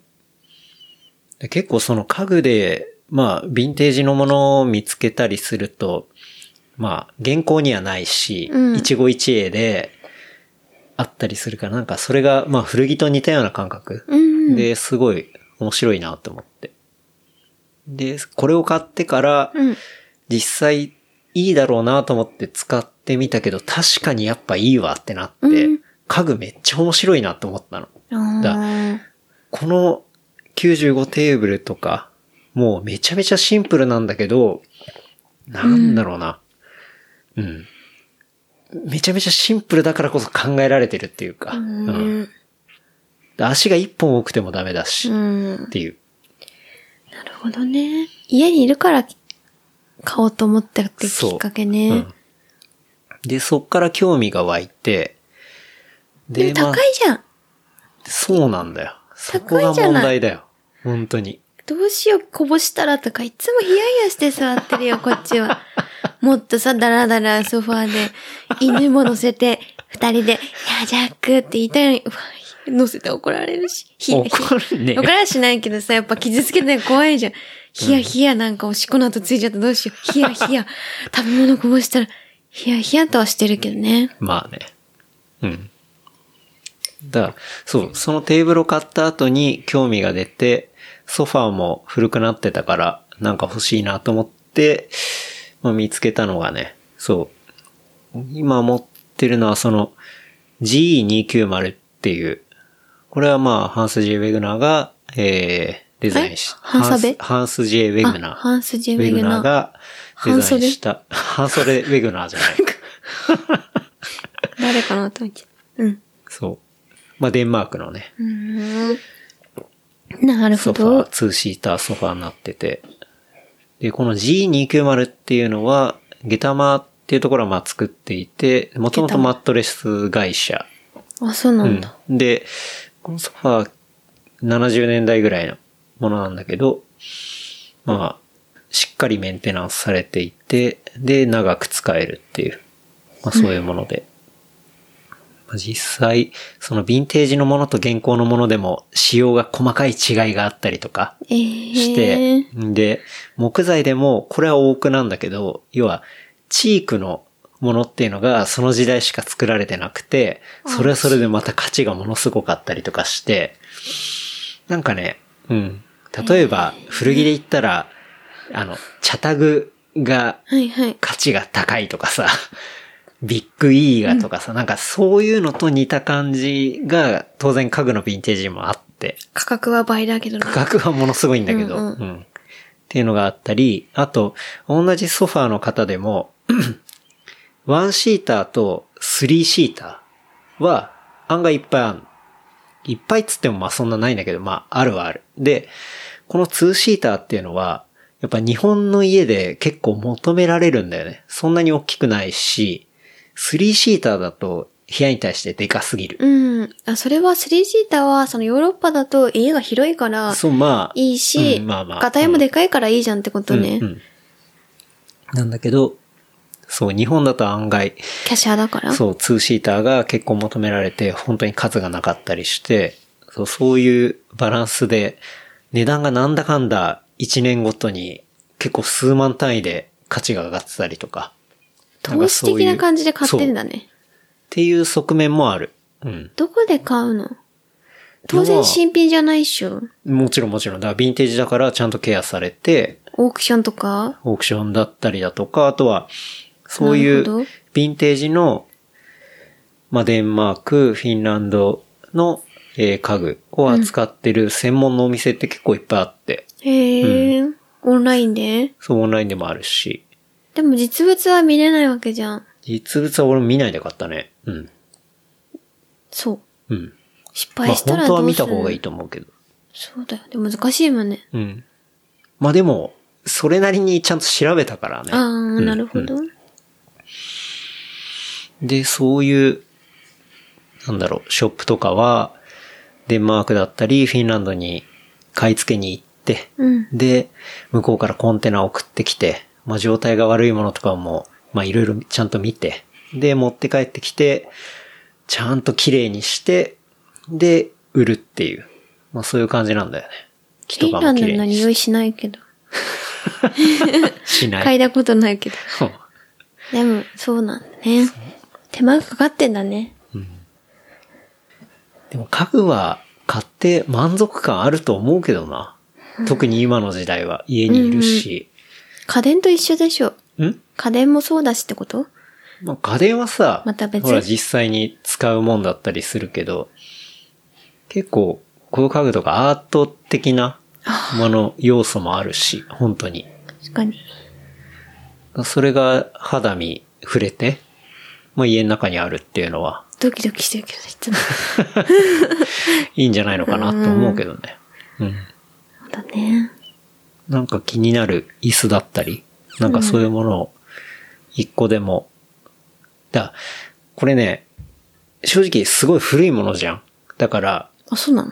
で結構その家具で、まあ、ヴィンテージのものを見つけたりすると、まあ、原稿にはないし、うん一期一会であったりするから、なんかそれが、まあ、古着と似たような感覚。うん。で、すごい面白いなと思って。で、これを買ってから、うん。実際いいだろうなと思って使ってみたけど、確かにやっぱいいわってなって、うん家具めっちゃ面白いなと思ったの。あこの95テーブルとか、もうめちゃめちゃシンプルなんだけど、なんだろうな。うん。めちゃめちゃシンプルだからこそ考えられてるっていうか、ーううんん。で足が一本多くてもダメだし、うっん。ていう。なるほどね。家にいるから買おうと思ったってきっかけね。うんで、そっから興味が湧いて、でもまあ高いじゃん。そうなんだよ。そこ高いがじゃない問題だよ。本当に。どうしよう、こぼしたらとか、いつもヒヤヒヤして座っ *laughs* てるよ、こっちは。もっとさ、だらだらソファーで、犬も乗せて、二人で、いや、ジャックって言いたいのに、うわ、乗せて怒られるし、ヒヤヒヤ。怒 *laughs* るね怒られしないけどさ、やっぱ傷つけて怖いじゃん。ヒヤヒヤなんかおしっこの後ついちゃったらどうしよう。ヒヤヒヤ。食べ物こぼしたら、ヒヤヒヤとはしてるけどね。まあね。うん。だから、そう、そのテーブルを買った後に興味が出て、ソファーも古くなってたから、なんか欲しいなと思って、まあ、見つけたのがね、そう。今持ってるのはその GE290 っていう、これはまあ、ハンス・ジェイ・ウェグナーが、えー、デザインしえ、ハンサベハハンス・ジェイ・ウェグナー。あハンスジェウェイウグェグナナーーがデザインした、半袖ウェグナーじゃない。誰かなと思っちゃう。うん。そう。まあ、デンマークのね、うーん。なるほソファー、ど。ツーシーターソファーになってて。で、この G290 っていうのは、ゲタマっていうところはまあ作っていて、もともとマットレス会社。あ、そうなんだ。うんで、このソファー、70年代ぐらいのものなんだけど、まあ、しっかりメンテナンスされていて、で、長く使えるっていう、まあそういうもので。まあ実際、そのヴィンテージのものと現行のものでも仕様が細かい違いがあったりとかえして、ー、で、木材でもこれは多くなんだけど、要は、チークのものっていうのがその時代しか作られてなくて、それはそれでまた価値がものすごかったりとかして、なんかね、うん。例えば、古着で言ったら、あの、茶タグがはいはい。価値が高いとかさ、 *laughs* ビッグイーがとかさ、なんかそういうのと似た感じが当然家具のヴィンテージもあって、価格は倍だけどね。価格はものすごいんだけど、ううんん、うんっていうのがあったり、あと、同じソファーの方でも、 *clears throat* ワンシーターとスリーシーターは案外いっぱいある。いっぱいっつってもまあそんなないんだけど、まああるはある。で、このツーシーターっていうのは、やっぱ日本の家で結構求められるんだよね。そんなに大きくないし、スリーシーターだと部屋に対してでかすぎる。うん。あ、それはスリーシーターは、そのヨーロッパだと家が広いから、そう、まあ。いいし、うんまあまあガタイもでかいからいいじゃんってことね。うんうんなんだけど、そう、日本だと案外、キャシャだから。そう、ツーシーターが結構求められて、本当に数がなかったりして、そうそういうバランスで、値段がなんだかんだ1年ごとに結構数万単位で価値が上がってたりとか。ん投か資そういう的な感じで買ってんだそうっね。ていう側面もある。うん。どこで買うの当要然は新品じゃないっしょ。もちろんもちろん。だからヴィンテージだからちゃんとケアされて、オークションとか。オークションだったりだとか、あとは、そういなうるほどヴィンテージの、まあ、デンマーク、フィンランドの、えー家具を扱ってる専門のお店って結構いっぱいあって、へえ、オンラインで。そうオンラインでもあるし、でも実物は見れないわけじゃん。実物は俺も見ないで買ったね。うん。そう。うん。失まあ敗した本ら当どはう見するた方がいいと思うけど。そうだよ。でも難しいもんね。うん。まあでも、それなりにちゃんと調べたからね。ああ、なるほど。で、そういう、なんだろう、ショップとかは、デンマークだったり、フィンランドに買い付けに行って、うん。で、向こうからコンテナ送ってきて、まあ、状態が悪いものとかも、まあ、いろいろちゃんと見て、で、持って帰ってきて、ちゃんと綺麗にして、で、売るっていう。まあ、そういう感じなんだよね。木フィとンかラもンド綺の麗に匂いしないけど。しな *laughs* 嗅い。いだことないけど。うん *laughs* でも、そうなんだね。手間がかかってんだね。でも家具は買って満足感あると思うけど *laughs* な。特に今の時代は家にいるし。家電と一緒でしょ。ん家電もそうだしってことまあ、家電はさ、また別ほら実際に使うもんだったりするけど、結構、この家具とかアート的なもの、要素もあるし、本当に。確かに。それが肌身触れて、まあ、家の中にあるっていうのは、ドキドキしてるけど、い *laughs* つも。いいんじゃないのかなと思うけどね。うん。そうだね。なんか気になる椅子だったり、なんかそういうものを一個でも。だ、これね、正直すごい古いものじゃん。だから、あ、そうなの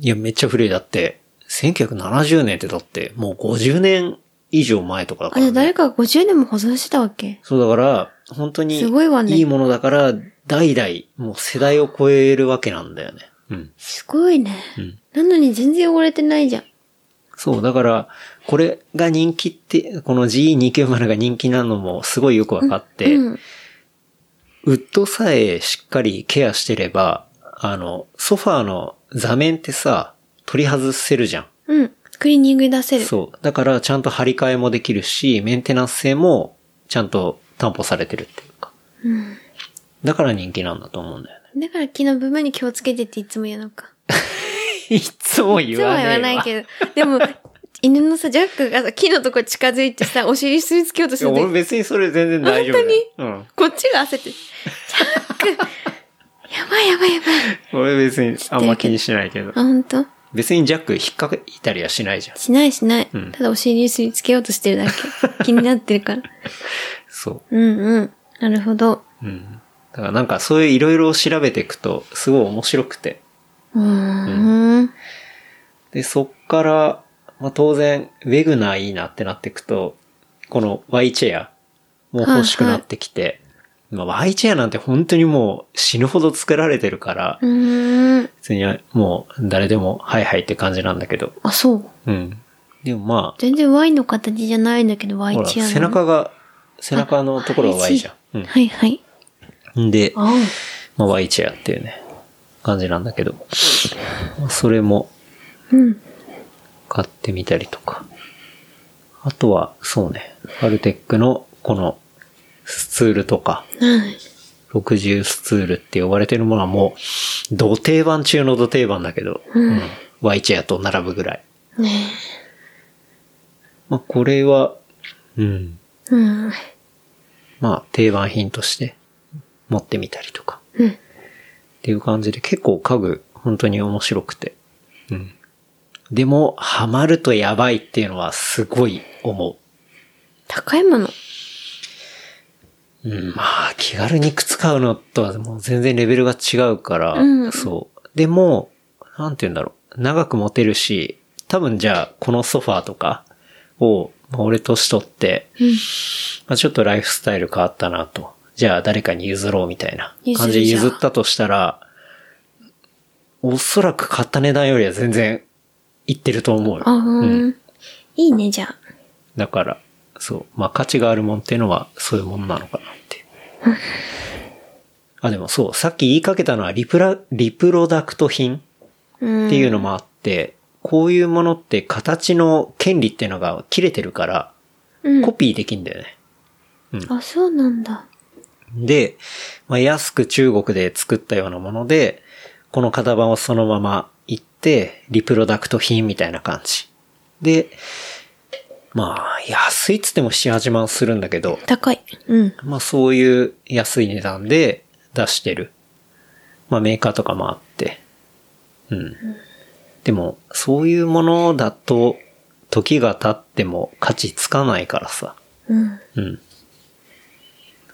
いやめっちゃ古いだって、1970年ってだってもう50年以上前とかだかあ、ら、じゃあね。誰かが50年も保存してたわけそうだから、本当にすごいわねいいものだから、代々、もう世代を超えるわけなんだよね。うん。すごいね。うんなのに全然汚れてないじゃん。そう、だから、これが人気って、この GE290 が人気なのもすごいよくわかって、うん。ウッドさえしっかりケアしてれば、あの、ソファーの座面ってさ、取り外せるじゃうん。クリーニングに出せん。る。そう。だからちゃんと張り替えもできるし、メンテナンス性もちゃんと担保されてるっていうか。うん。だから人気なんだと思うんだよね。 *laughs* だから木の部分に気をつけてっていつも言うのか。いつもい言つもわはねえ言わわないけど。*laughs* でも、犬のさ、ジャックがさ、木のとこ近づいてさ、お尻すりつけようとしていや俺て、別にそれ全然大丈夫だよ。うん。こっちが焦って、ジャック、やばいやばいやばい。俺別にあんま気にしないけどあ、。ほんと別にジャック引っ掛けたりはしないじゃん。しないしない。うんただお尻すりつけようとしてるだけ。 *laughs* 気になってるから。そう。うんうん。なるほど。うん。だからなんかそういういろいろ調べていくと、すごい面白くて。うーん。で、そっから、まあ、当然、ウェグナーいいなってなっていくと、この Y チェアも欲しくなってきて、まあ、Y チェアなんて本当にもう死ぬほど作られてるから、うーん。別にもう誰でもはいはいって感じなんだけど。あ、そう。うん。でもま全然 Y の形じゃないんだけど、あ、 Y ほら、チェアなの背中が、背中のところは Y じゃん。うんはいはい。で、ああ。まあ、Y チェアっていうね、感じなんだけど、まあそれもうん。買ってみたりとか。あとは、そうね、アルテックのこのスツールとか、はい。 60スツールって呼ばれてるものはもう、土定番中の土定番だけど、うん Y チェアと並ぶぐらい。ねまあ、これは、うん、え。うん。まあ、定番品として持ってみたりとか。うんっていう感じで、結構家具、本当に面白くて。うん。でも、ハマるとやばいっていうのはすごい思高いもの。う。うん、まあ、気軽に靴買うのとはもう全然レベルが違うから、うんそう。でも、なんて言うんだろう。長く持てるし、多分じゃあ、このソファーとかを、まあ俺年取って、うん。まあ、ちょっとライフスタイル変わったなと。じゃあ誰かに譲ろうみたいな譲感るじでじゃん譲ったとしたら、おそらく買った値段よりは全然いってると思うよあ。うん。いいね、じゃあ。だから、そう。まあ価値があるもんっていうのはそういうもんなのかな *laughs* って。あ、でもそう。さっき言いかけたのはリプラ、リプロダクト品うん。っていうのもあって、こういうものって形の権利っていうのが切れてるから、うんコピーできんだよね。あ、そうなんだ。で、まあ、安く中国で作ったようなもので、この型番をそのまま行って、リプロダクト品みたいな感じ。で、まあ、安いっつっても7、8万するんだけど、高い。うん。まあそういう安い値段で出してる。まあメーカーとかもあって。うん。でも、そういうものだと、時が経っても価値つかないからさ。うん。うん。だ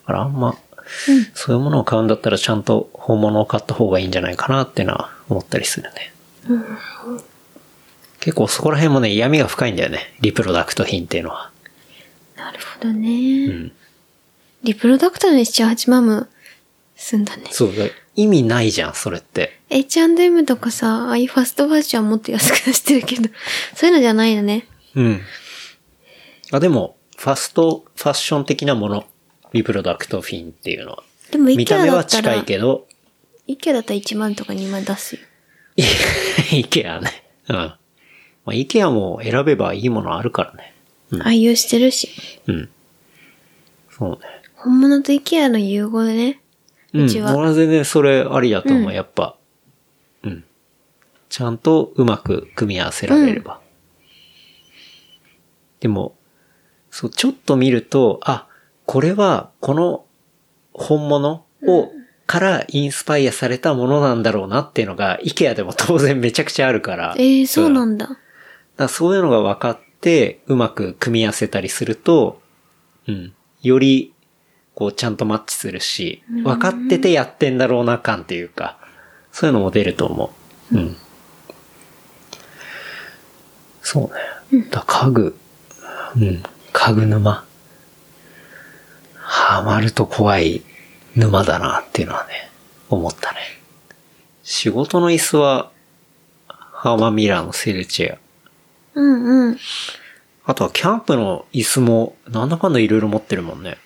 からあんま、そういうものを買うんだったらちゃんと本物を買った方がいいんじゃないかなってのは思ったりするね。結構そこら辺もね、闇が深いんだよね。リプロダクト品っていうのは。なるほどうね。ん。リプロダクターに7、8万もすんだね。そうだ。意味ないじゃん、それって。 H&M とかさ、ああいうファストファッションはもっと安く出してるけど、 *laughs* そういうのじゃないのね。うん。あ、でも、ファストファッション的なもの。リプロダクト品っていうのは。でも、見 IKEA た目だはった近らい、けど、 *laughs* IKEA だったら1万とか2万出すよ。イケアね。うん。まあ、イケアも選べばいいものあるからね。愛用してるし。うん。そうね。本物と IKEA の融合でね。うん。うちは俺は全然それありだと思う、うんやっぱ。うん。ちゃんとうまく組み合わせられれば。でも、そう、ちょっと見ると、あ、これはこの本物を、からインスパイアされたものなんだろうなっていうのが、イケアでも当然めちゃくちゃあるから。ええー、そうなだ。んだ。だからそういうのが分かって、うまく組み合わせたりすると、うん。より、こう、ちゃんとマッチするし、分かっててやってんだろうな感っていうか、そういうのも出ると思う。うん。そうね。だから家具、うん。家具沼。ハマると怖い沼だなっていうのはね、思ったね。仕事の椅子は、ハーマミラーのセルチェア。うんうん。あとはキャンプの椅子も、なんだかんだいろいろ持ってるもんね。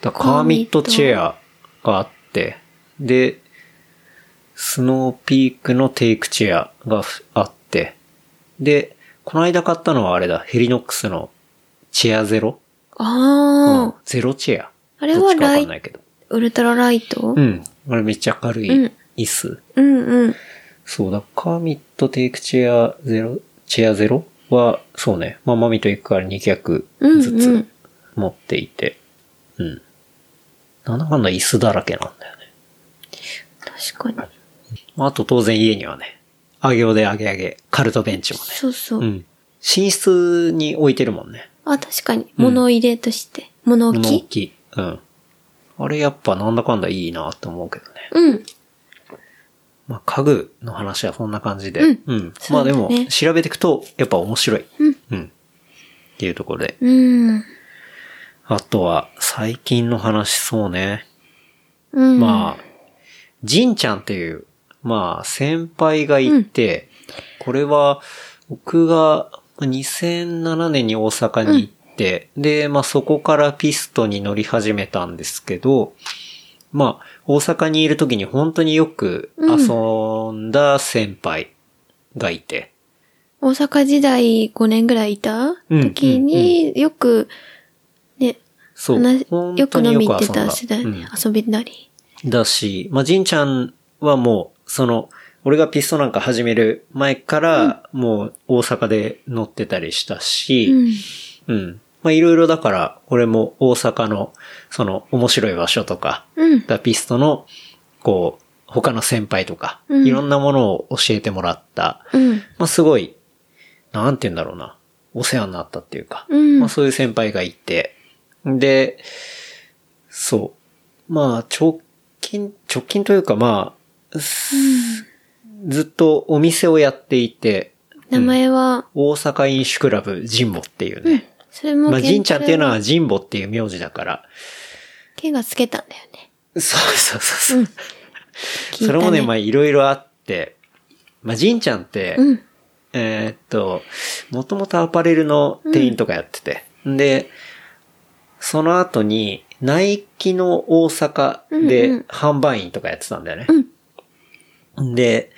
だからカーミットチェアがあって、で、スノーピークのテイクチェアがふあって、で、この間買ったのはあれだ、ヘリノックスのチェアゼロ、うんああ、ゼロチェア。あれはどっちかわかんないけど。ウルトラライト、うう、んん。あれめっちゃ軽うんい椅子。うんうんそうだ、カーミットテイクチェアゼロ、チェアゼロは、そうね、まあ、マミと行くから2脚ずうんうつん持っていて、うんなんだかんだ椅子だらけなんだよね。確かに。まあ、あと当然家にはね、あげおであげあげ、カルトベンチもね。そうそう。うん。寝室に置いてるもんね。あ、確かに。物入れとして。物置物置。うん。あれやっぱなんだかんだいいなと思うけどね。うん。まあ、家具の話はそんな感じで。うんまそあうでだねも、調べていくと、やっぱ面白い。うん。っていうところで。うん。あとは、最近の話、そうね。うん。まあ、ジンちゃんっていう、まあ、先輩がいて、これは、僕が2007年に大阪に行って、で、まあそこからピストに乗り始めたんですけど、まあ、大阪にいる時に本当によく遊んだ先輩がいて、大阪時代5年ぐらいいたうん時に、よく、ね、そう。話本よ当くに飲み行よっく遊てんだた世代、うねん遊びなり。だし、まあ、じんちゃんはもう、その、俺がピストなんか始める前から、もう大阪で乗ってたりしたうし、ん。うん。まあ、いろいろだから、俺も大阪の、その、面白い場所とか、うん。ダピストの、こう、他の先輩とか、うんいろんなものを教えてもらった、うん。まあ、すごい、なんて言うんだろうな、お世話になったっていうか、うんまあ、そういう先輩がいて、で、そう。まあ、直近、直近というかまあ、すずっとお店をやっていて、名前は、大阪飲酒クラブジンボっていうね。それも、まあ、ジンちゃんっていうのケンはジンボっていう名字だから、ケンがつけたんだよね。そうそうそうそう。聞そいたれもね、まあ、ねいろいろあって、まあ、ジンちゃんって、うん。えーっと、もともとアパレルの店員とかやってて。で、その後に、ナイキの大阪うんうでん販売員とかやってたんだよね。で、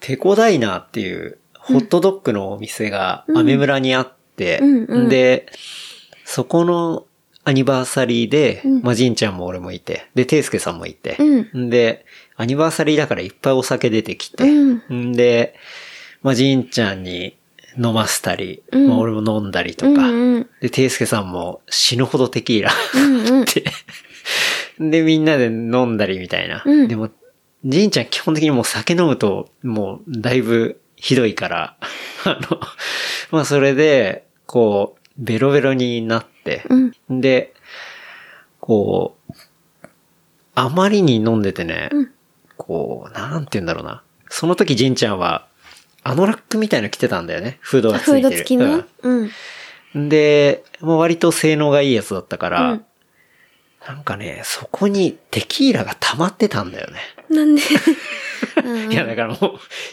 ペコダイナーっていうホットドッグのお店がアメ村にあって、うんうんで、そこのアニバーサリーで、うんまあ、ジンちゃんも俺もいて、で、テイスケさんもいて、、うんで、アニバーサリーだからいっぱいお酒出てきて、、うんで、まあ、ジンちゃんに飲ませたり、うんまあ、俺も飲んだりとうんか、うん。で、テイスケさんも死ぬほどテ *laughs* キーラうんうん。で、みんなで飲んだりみたいな。うんでも、じいちゃん基本的にもう酒飲むと、もうだいぶひどいから、 *laughs* あの、まあそれで、こう、ベロベロになって、うん。で、こう、あまりに飲んでてね、うんこう、なんて言うんだろうな。その時じんちゃんは、あのラックみたいの着てたんだよね。フードがつフーいドてる。付きのうん。うんで、もう割と性能がいいやつだったから、うんなんかね、そこにテキーラが溜まってたんだよね。なん *laughs* で、いや、だからもう、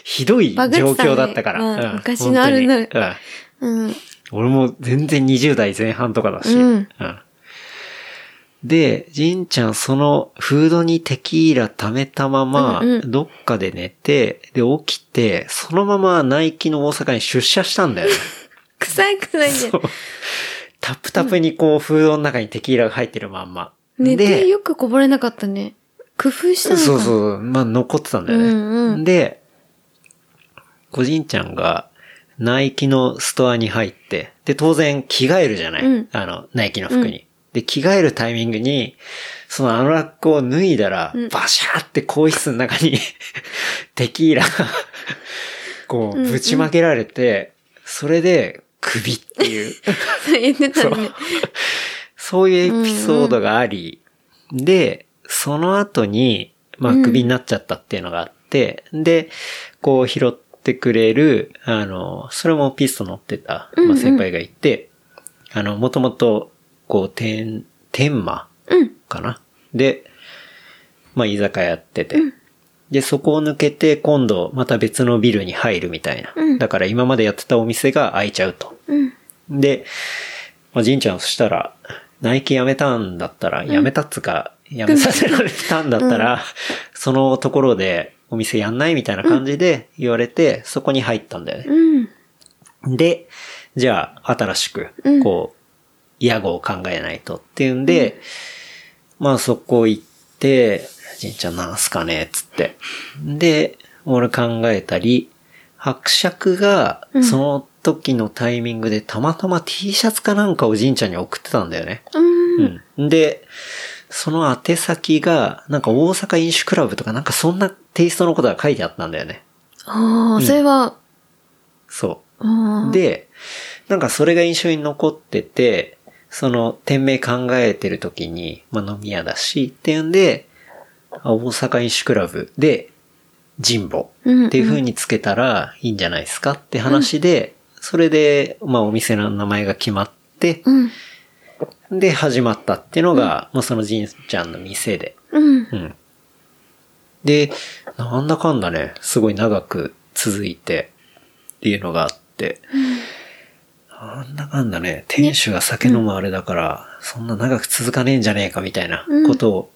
ひどい状バグってたね況だったから。まあうん昔のあるな本当にうんうん。俺も全然20代前半とかだし。うんで、じんちゃんそのフードにテキーラ溜めたまま、うんうんどっかで寝て、で起きて、そのままナイキの大阪に出社したん *laughs* だよね。臭い臭いじゃんそう。タプタプにこう、フードの中にテキーラが入ってるまんま。寝てでよくこぼれなかったね。工夫したのかなそうそう、まあ残ってたんだよね。うんうんで、個人ちゃんが、ナイキのストアに入って、で、当然着替えるじゃない、うんあの、ナイキの服に。で、着替えるタイミングに、そのあのラックを脱いだら、うんバシャーって更衣室の中に、 *laughs* テキーラが、こう、ぶちまけられて、それで、首っていう。そう *laughs* 言ってたね。そういうエピソードがあり、で、その後に、まあ、うんクビになっちゃったっていうのがあって、で、こう拾ってくれる、あの、それもピスト乗ってた、うんうまあ、ん先輩がいて、あの、もともと、こう、天、天馬うん。かなで、まあ、居酒屋やってて、で、そこを抜けて、今度、また別のビルに入るみたいな。うんだから、今までやってたお店が開いちゃうと。うん。で、まあ、じんちゃんそしたら、ナイキ辞めたんだったら、辞めたっつうか、辞めさせられたんだったら、そのところでお店やんないみたいな感じで言われて、そこに入ったんだよね。うん。で、じゃあ、新しくうん、こう、屋号を考えないとっていうんで、まあそこ行って、じんちゃんなんすかねっつって。で、俺考えたり、伯爵がう、んその時のタイミングでたまたま T シャツかなんかをじんちゃんに送ってたんだよね。うん。うん。で、その宛先が、なんか大阪飲酒クラブとかなんかそんなテイストのことが書いてあったんだよね。ああ、それは、そう。ああ。で、なんかそれが印象に残ってて、その店名考えてる時に、まあ飲み屋だし、っていうんで、あ大阪飲酒クラブで、ジンボうんっていう風につけたらいいんじゃないですかって話で、それで、まあお店の名前が決まって、うん。で、始まったっていうのが、まあ、そのじんちゃんの店で。うん。うん。で、なんだかんだね、すごい長く続いてっていうのがあって、なんだかんだね、店主が酒飲むあれだから、そんな長く続かねえんじゃねえかみたいなことを、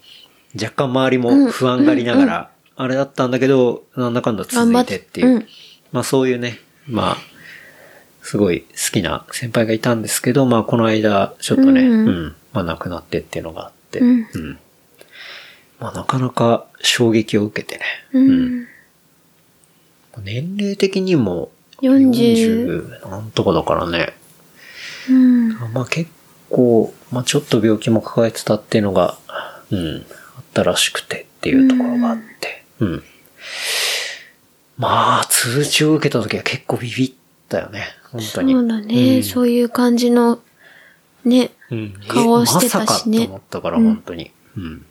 若干周りも不安がりながら、あれだったんだけど、なんだかんだ続いてってい頑張うっうん。まあそういうね、まあ、すごい好きな先輩がいたんですけど、まあこの間、ちょっとね、うんうん、まあ亡くなってっていうのがあって、うんうんまあ、なかなか衝撃を受けてね。うん。年齢的にも40 40なんとかだからね。うん。まあ結構、まあちょっと病気も抱えてたっていうのが、うん、あったらしくてっていうところがあって。うん。まあ、通知を受けた時は結構ビビったよね。本当に。そうだね、うんそういう感じの、ね。うん顔をしてたしねえまさかと思ったから、本当に。うん。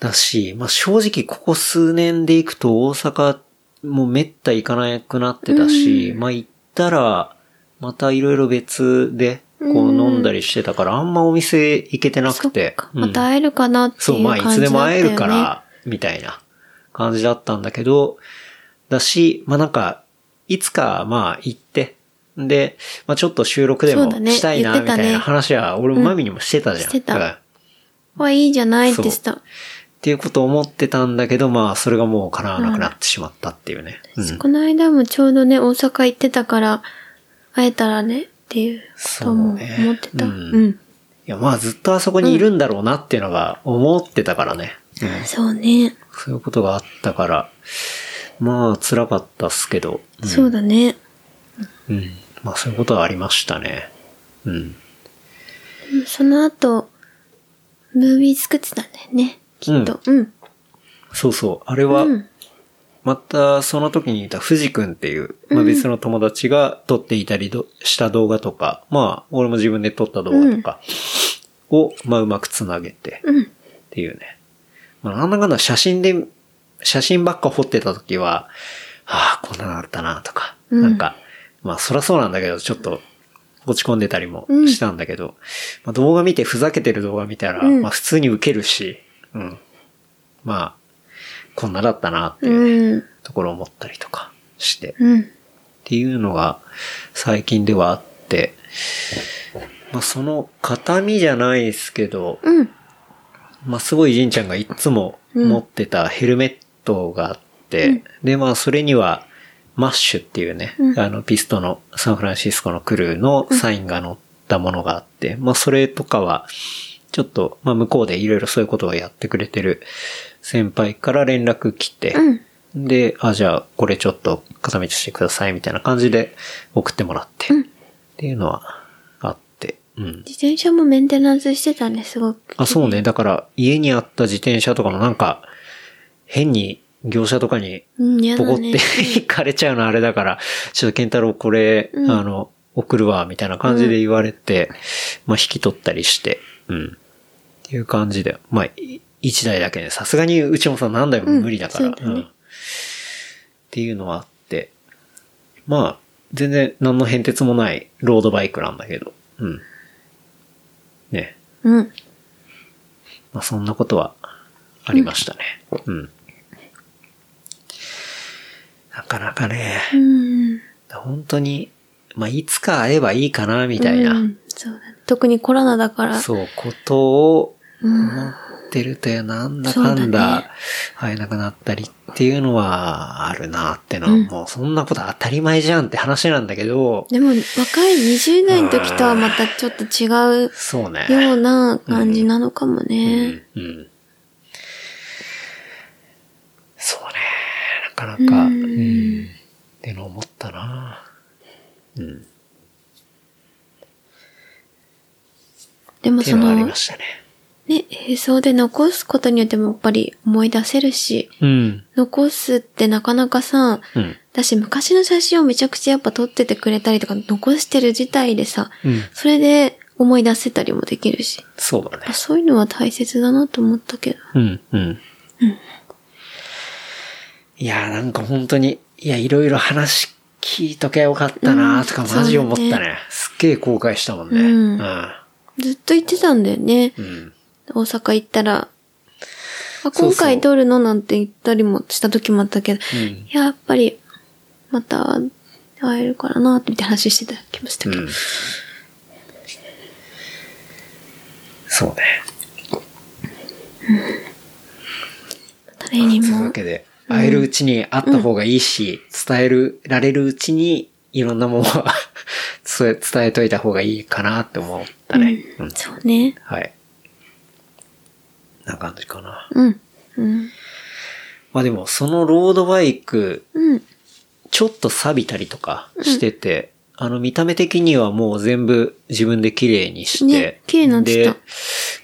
だし、まあ、正直、ここ数年で行くと大阪もめった行かなくなってたし、まあ、行ったら、またいろいろ別で、こう飲んだりしてたから、あんまお店行けてなそく。ってか。うんまた会えるかなってそ、いううまあ、感いじだつったよね。でも会えるか。ら、みたいな感じだったんだけど、だし、まあなんか、いつか、まあ、行って、で、まあちょっと収録でそもうだねしたいな、言っみてたたねいな話は、俺もマミにもしてたじゃん。してただからっはいいじゃないってした。ていうことを思ってたんだけど、まあ、それがもう叶わなくなってしまったっていうね。うん。この間もちょうどね、大阪行ってたから、会えたらね、っていうことも思ってそた。ううねん。いや、まあ、ずっとあそこにいるんだろうなっていうのが思ってたからね。うんそうね。そういうことがあったから、まあ、辛かったっすけど。うんそうだね。うん。まあそういうことはありましたね。うん。その後、ムービー作ってたんだよね。きっと。うん。そうそう。あれは、うんまたその時にいた藤くんっていう、まあ、別の友達が撮っていたりどした動画とか、まあ俺も自分で撮った動画とかを、まあうまくつなげてうん。っていうね。まあなんだかんだ写真で、写真ばっか掘ってた時は、ああ、こんなのあったなとか、うんなんか、まあそらそうなんだけど、ちょっと落ち込んでたりもしたんだけど、まあ動画見てふざけてる動画見たら、うんまあ普通にウケるし、うん。まあ、こんなだったなっていううん。ところを思ったりとかして、っうん。ていうのが最近ではあって、まあその形見じゃないですけど、うん。まあ、すごいじんちゃんがいっつも持ってたヘルメットがあって、で、まあ、それには、マッシュっていうね、うんあの、ピストのサンフランシスコのクルーのサインが載ったものがあって、まあ、それとかは、ちょっと、まあ、向こうでいろいろそういうことをやってくれてる先輩から連絡来て、うん。で、あ、じゃあ、これちょっと片道してください、みたいな感じで送ってもらって、っていうのはあって、うん。自転車もメンテナンスしてたね、すごく。あ、そうね。だから、家にあった自転車とかもなんか、変に業者とかにうん、嫌ポコだって、ね。行かれちゃうのあれだから、ちょっと健太郎これ、うんあの、送るわ、みたいな感じで言われて、まあ引き取ったりして、うん。っていう感じで、まあ、い一台だけで、さすがにうちもさ、何台も無理だから、うんそうだねっていうのはあって、まあ、全然何の変哲もないロードバイクなんだけど、うん。ね。うん。まあ、そんなことはありましたね。うん。なかなかね、うん。本当に、まあ、いつか会えばいいかな、 *laughs* みたいな、うんそうだね。特にコロナだから。そう、ことをうん。思ってると、なんだかそうんだだね会えなくなったりっていうのはあるなってのは、もうそんなこと当たり前じゃんって話なんだけど、でも、若い20代の時とはまたちょっと違うそうね。ような感じなのかもね。うんうんそうね、なかなか、うん、ってのを思ったなうん。でもっていそうのはありのま、したね。ね、映像で残すことによってもやっぱり思い出せるし、うん。残すってなかなかさ、うん。私昔の写真をめちゃくちゃやっぱ撮っててくれたりとか、残してる自体でさ、うん。それで思い出せたりもできるし、そうだねやっぱ。そういうのは大切だなと思ったけど。うん。うん。いやー、なんか本当に、いや、いろいろ話聞いとけばよかったなーとかうんマジ思ったね。そうだすっげえ後悔したもんね。うんうん。ずっと行ってたんだよね。うん。大阪行ったら、あ、そう今回撮るのなんて言ったりもした時もあったけど、うんやっぱり、また会えるからなってみたいな話してた気もしたけうど。ん。そうね。誰にというわも。けで、会えるうちに会った方がいいし、伝える、られるうちに、いろんなもの *laughs* は伝え伝えといた方がいいかなって思ったね。うんそうね。はい。な感じかな。うん。うん。まあでも、そのロードバイク、うん。ちょっと錆びたりとかしてて、あの見た目的にはもう全部自分で綺麗にして、ね綺麗になってたで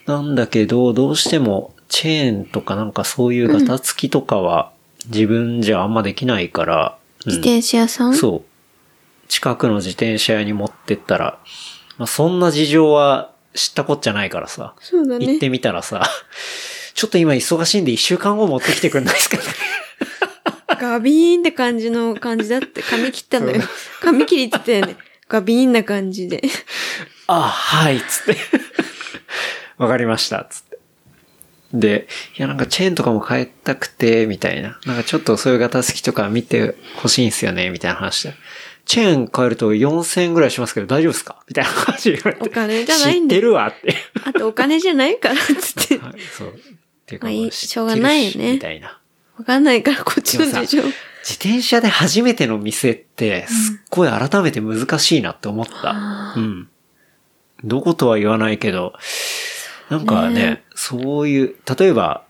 なんだけど、どうしてもチェーンとかなんかそういうガタつきとかは自分じゃあんまできないから、うん自転車屋さんそう。近くの自転車屋に持ってったら、まあ、そんな事情は知ったこっちゃないからさ、そうだ行っね。てみたらさ、 *laughs* ちょっと今忙しいんで一週間後持ってきてくんないです *laughs* かねガビーンって感じの感じだって、髪切ったのよ。髪切りって言ったよね。ガビーンな感じで。あ、はい、つって。 *laughs* わかりました、つって。で、いや、なんかチェーンとかも変えたくて、みたいな。なんかちょっとそういう型好きとか見てほしいんすよね、みたいな話で。チェーン変えると4000円ぐらいしますけど大丈夫ですかみたいな話言われて。お金じゃない知んだってるわって。あとお金じゃないから、つって。はい、そう。っていうかまあいいもう知ってるししょうがないよねみたいな。わかんないから、こっちの事情。自転車で初めての店って、すっごい改めて難しいなって思った。うん。どことは言わないけど、なんかね、ねそういう、例えば、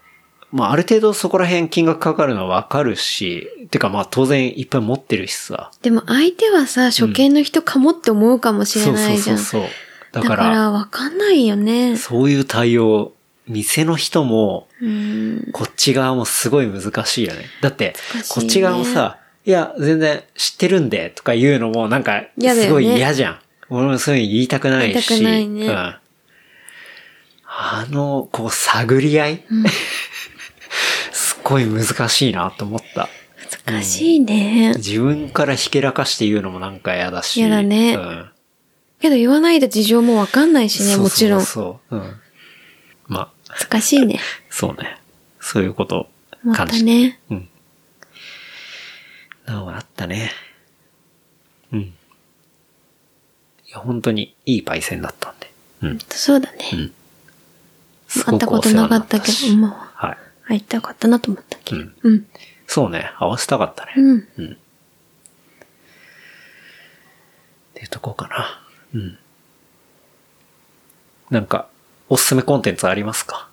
まあある程度そこら辺金額かかるのはわかるし、てかまあ当然いっぱい持ってるしさ。でも相手はさ、初見の人かもって思うかもしれないじゃん。そうそうそうそう。だだか、からら、わかんないよね。そういう対応、店の人も、うん。こっち側もすごい難しいよね。だって、難しいねこっち側もさ、いや、全然知ってるんで、とか言うのもなんか、嫌だよねすごい嫌じゃん。俺もそういうの言いたくないし。言いたくないねうん。あの、こう、探り合い、 *laughs* すっごい難しいなと思った。難しいね。自分からひけらかして言うのもなんか嫌だし。嫌だねうん。けど言わないと事情もわかんないしね、そうもちろん。そうそう。うん。まあ、難しいね。そうね。そういうことま感たじたね。うん。なんかあったね。うん。いや、本当にいいパイセンだったんで。うん。そうだね。んす会ごったくこおと世話なになかっったたけしど、もうはい。会いたかったなと思ったけうど。ん。うん。そうね。合わせたかったね。うん。っていうとこかな。うん。なんか、おすすめコンテンツありますか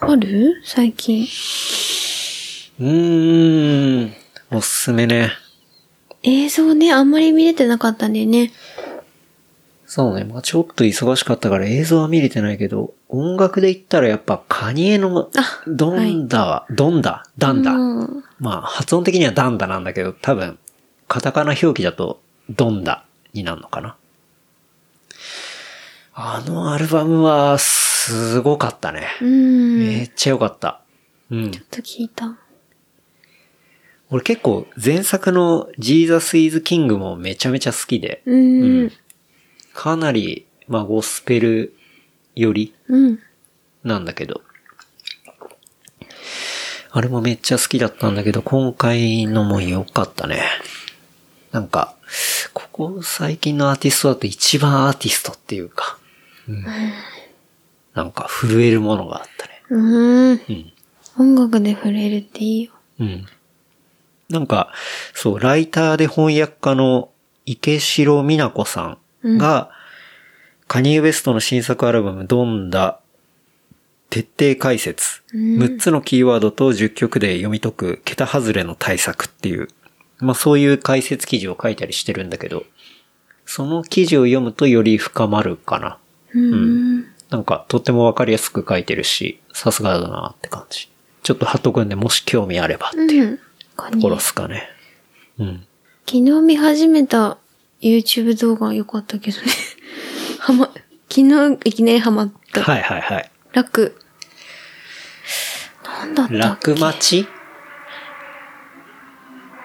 ある最近。うーん。おすすめね。映像ね、あんまり見れてなかったんだよね。そうね。まあちょっと忙しかったから映像は見れてないけど、音楽で言ったらやっぱカニエのあドンダは、ドンダ、ダンダ。うん。まあ発音的にはダンダなんだけど、多分、カタカナ表記だとドンダになるのかな。あのアルバムはすごかったね。うん。めっちゃ良かった。うん。ちょっと聞いた。俺結構前作の Jesus is King もめちゃめちゃ好きで、うん。かなり、まあゴスペルよりうん。なんだけど。あれもめっちゃ好きだったんだけど、今回のも良かったね。なんか、ここ最近のアーティストだと一番アーティストっていうか、うんなんか震えるものがあったね。うん。うん。音楽で触れるっていいよ。うん。なんか、そう、ライターで翻訳家の池城美奈子さんが、カニエ・ウェストの新作アルバム、ドンダ、徹底解説、うん6つのキーワードと10曲で読み解く、桁外れの対策っていう、まあそういう解説記事を書いたりしてるんだけど、その記事を読むとより深まるかな。うん。なんか、とってもわかりやすく書いてるし、さすがだなって感じ。ちょっと貼っとくんで、もし興味あればうん。カとニこエろっすかね。うん。昨日見始めた YouTube 動画良かったけどね。 *laughs* はま、昨日いきなりハマった。はいはいはい。楽。なんだったっ楽け町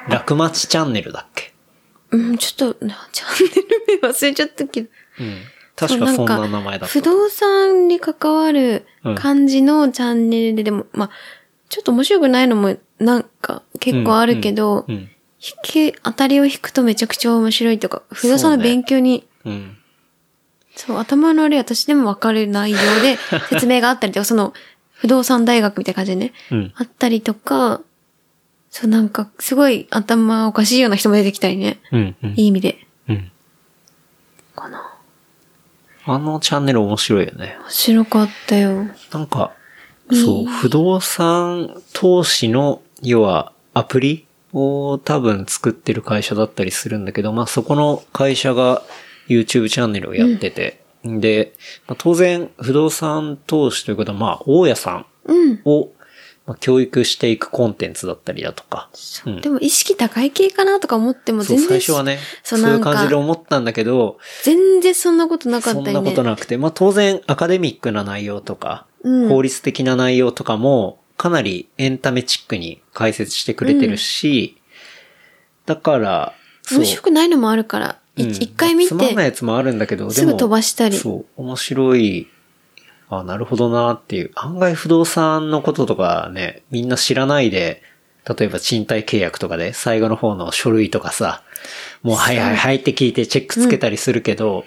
楽幕町チャンネルだっけうん、ちょっと、なチャンネル名忘れちゃったけど。うん。確かそんな名前だっ不た。動産に関わるうん感じのチャンネルで、でも、まあ、ちょっと面白くないのも、なんか、結構あるけど、うん。引き、当たりを引くとめちゃくちゃ面白いとか、不動産の勉強に、うん。そう,、頭の悪い私でもわかる内容 *laughs* で説明があったりとか、その、不動産大学みたいな感じでね、うんあったりとか、そうなんか、すごい頭おかしいような人も出てきたりね。うん。うんいい意味で。うん。かな。あのチャンネル面白いよね。面白かったよ。なんか、そう、不動産投資の、要は、アプリを多分作ってる会社だったりするんだけど、まあそこの会社が YouTube チャンネルをやってて、で、まあ、当然、不動産投資ということは、まあ、大家さうんん。を、まあ、教育していくコンテンツだったりだとか、そううんでも意識高い系かなとか思ってもそ全う、然、最初はね、そそううないんうか感じで思ったんだけど、全然そんなことなかったそりんね。なことなくて、まあ当然アカデミックな内容とか、うん法律的な内容とかもかなりエンタメチックに解説してくれてるし、だから、そう面白くないのもあるから、いうん一回見て、つまんないやつもあるんだけど、ですもぐ飛ばしたりそう、面白い。あ、なるほどなっていう。案外不動産のこととかね、みんな知らないで、例えば賃貸契約とかで最後の方の書類とかさ、もうはいはいはいって聞いてチェックつけたりするけど、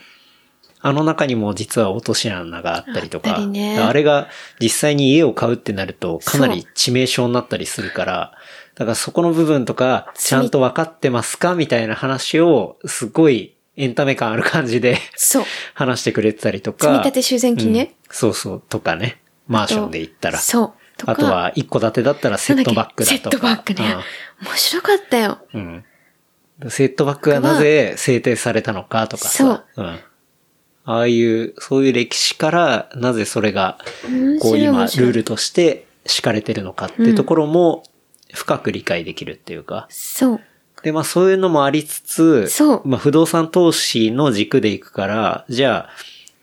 あの中にも実は落とし穴があったりとあっか、たりねあれが実際に家を買うってなるとかなりそ致命傷になったりするから、だからそこの部分とか、ちゃんと分かってますかみたいな話を、すごいエンタメ感ある感じで *laughs* そう。話してくれてたりとか。積み立て修繕金ねうんそうそう、とかね。マンションで行ったら。そう。とか、あとは、一戸建てだったらセットバックだとか。セットバックね。面白かったよ。うん。うん。セットバックがなぜ制定されたのかとかさ。うん。ああいう、そういう歴史から、なぜそれが、面こう白い今、面ル白いールとして敷かれてるのかっていうところも、深く理解できるっていうか。そう。で、まあそういうのもありつつ、そうまあ不動産投資の軸でいくから、じゃあ、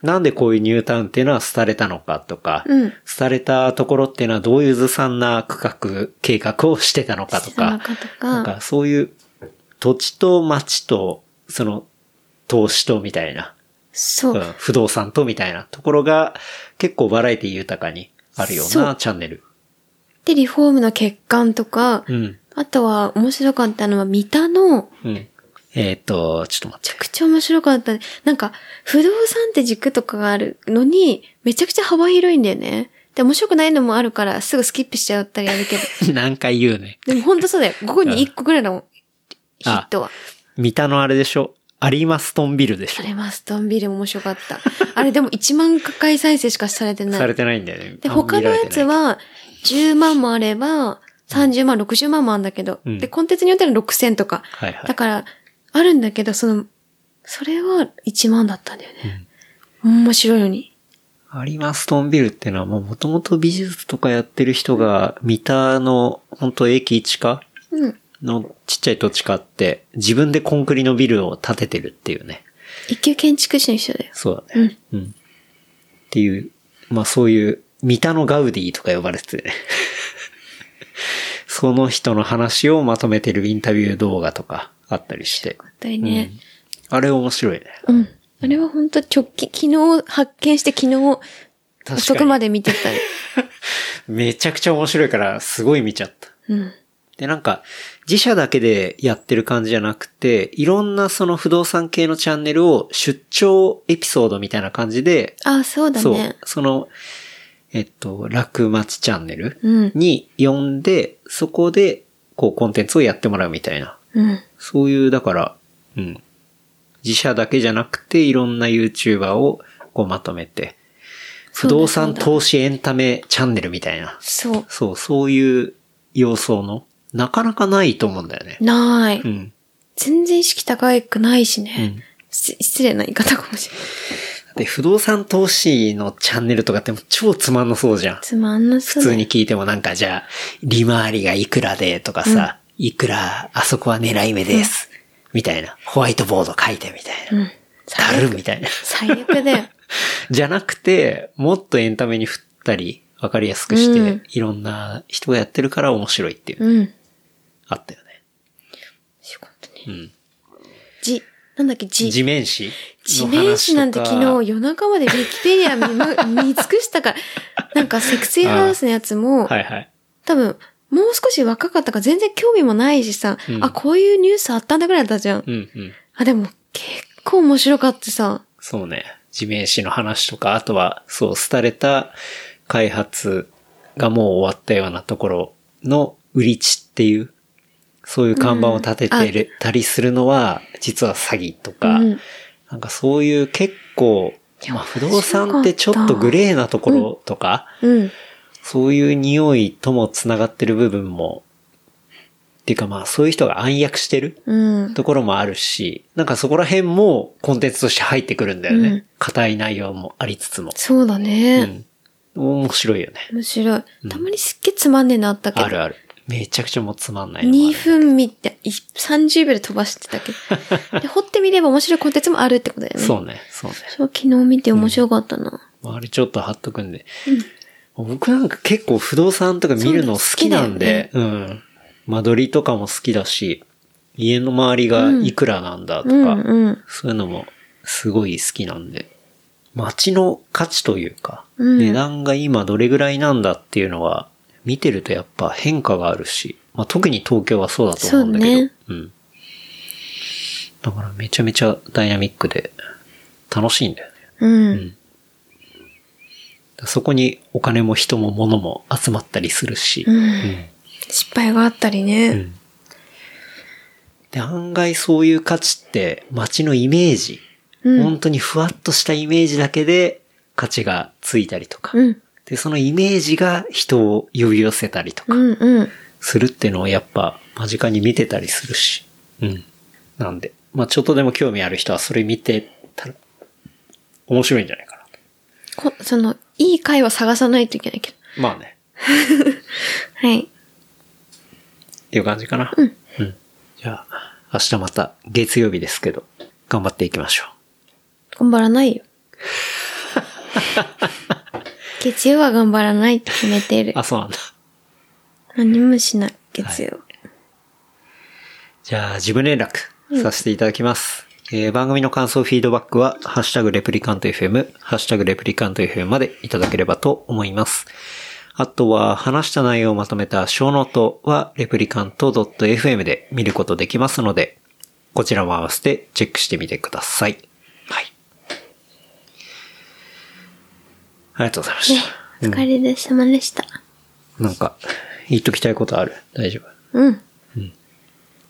なんでこういうニュータウンっていうのは廃れたのかとか、うん廃れたところっていうのはどういうずさんな区画、計画をしてたのかとしてたかの、かとかなんかそういう土地と町と、その投資とみたいな、そう。うん不動産とみたいなところが結構バラエティ豊かにあるようそなうチャンネル。で、リフォームの欠陥とか、うん。あとは面白かったのは、三田の、うん。えっ、と、ちょっと待って。めちゃくちゃ面白かった。なんか、不動産って軸とかがあるのに、めちゃくちゃ幅広いんだよね。で、面白くないのもあるから、すぐスキップしちゃったりある *laughs* けど。何回言うね。でもほんとそうだよ。ここに一個ぐらいのヒットは。三田のあれでしょアリマストンビルでしあょれ、マストンビルも面白かった。 *laughs* あれでも1万回再生しかされてない。されてないんだよね。で、あんま他のや見つられてない、は、10万もあれば、30万、60万もあるんだけど、うんで、コンテンツによっては6000とか。はいはいだから、あるんだけど、その、それは1万だったんだよね。面白いのに。アリマストンビルっていうのは、もともと美術とかやってる人が、三田の、本当駅地下うん。のちっちゃい土地買って、自分でコンクリのビルを建ててるっていうね。一級建築士の人だよ。そうだうね。ん。うん。っていう、まあそういう、三田のガウディとか呼ばれててね。 *laughs* その人の話をまとめてるインタビュー動画とかあったりして。本当にね。あれ面白いね。うん。あれは本当直近、昨日発見して昨日、かに遅くまで見てたり。めちゃくちゃ面白いから、すごい見ちゃった。うん。で、なんか、自社だけでやってる感じじゃなくて、いろんなその不動産系のチャンネルを出張エピソードみたいな感じで、あ、そうだそうね。、その、えっと、楽町チャンネルうんに呼んで、そこで、こう、コンテンツをやってもらうみたいな。うん。そういう、だから、うん。自社だけじゃなくて、いろんな YouTuber をこうまとめて、そ不うだ動産そうだ投資エンタメチャンネルみたいな。そう。そう、そういう様相の、なかなかないと思うんだよね。ない。うん。全然意識高くないしね。うんし失礼な言い方かもしれない。で、不動産投資のチャンネルとかってもう超つまんなそうじゃん。つまんな普そうだ通よ。に聞いてもなんかじゃあ、利回りがいくらでとかさ、いくら、あそこは狙い目です。みたいな。ホワイトボード書いてみたいな。うん。だ最悪。るみたいな。 *laughs* 最悪だよ。じゃなくて、もっとエンタメに振ったり、わかりやすくして、うんいろんな人がやってるから面白いっていう、うん。あったよね。うん。じ、なんだっけ、じ。地面師地面師なんて昨日日。夜中までウィキペディア見ま見 *laughs* 尽くしたから、なんかセクシーハウスのやつも、はいはい。多分、もう少し若かったから全然興味もないしさ、うんあ、こういうニュースあったんだぐらいだったじゃん。うんうん。あ、でも結構面白かったさ。そうね。地面師の話とか、あとは、そう、廃れた開発がもう終わったようなところの売り地っていう、そういう看板を立ててるたりするのは、実は詐欺とか、うんなんかそういう結構、まあ不動産ってちょっとグレーなところとか、うん。そういう匂いとも繋がってる部分も、っていうかまあそういう人が暗躍してるうん。ところもあるし、なんかそこら辺もコンテンツとして入ってくるんだようねん。硬、い内容もありつつも。そうだうね。ん。面白いよね。面白い。たまにすっげえつまんねえのあったけど。あるある。めちゃくちゃもうつまんないのもある。2分見て、い30秒で飛ばしてたけ *laughs* ど。で、掘ってみれば面白いコンテンツもあるってことだよね。そうね、そうね。そう。昨日見て面白かったな。まああれちょっと貼っとくんで。僕なんか結構不動産とか見るの好きなんで、うん。間取りとかも好きだし、家の周りがいくらなんだとうか、ん、うん、そういうのもすごい好きなんで、街の価値というか、うん値段が今どれぐらいなんだっていうのは、見てるとやっぱ変化があるし、まあ、特に東京はそうだと思うんだけど、そうねうん。だからめちゃめちゃダイナミックで楽しいんだよね。うん。そこにお金も人も物も集まったりするし、うんうん失敗があったりね。うんで、案外そういう価値って街のイメージ、うん本当にふわっとしたイメージだけで価値がついたりとか、うん。で、そのイメージが人を呼び寄せたりとうかん、うん。するっていうのをやっぱ間近に見てたりするし、うん。なんで、まあちょっとでも興味ある人はそれ見てたら面白いんじゃないかなと。こその、いい回は探さないといけないけど。まあね、はい。っていう感じかな。うん。じゃあ、明日また月曜日ですけど、頑張っていきましょう。頑張ら *laughs* ないよ。月曜は頑張らないって決めてるあ、。そうなんだ。何もしない、月曜。じゃあ、自分連絡させていただきます。えー番組の感想、フィードバックは、ハッシュタグレプリカント FM、ハッシュタグレプリカント FM までいただければと思います。あとは、話した内容をまとめた小ノートは、レプリカント .fm で見ることできますので、こちらも合わせてチェックしてみてください。はい。ありがとうございましねた。、お疲れ様でした。なんか、言っときたいことある大丈夫うん。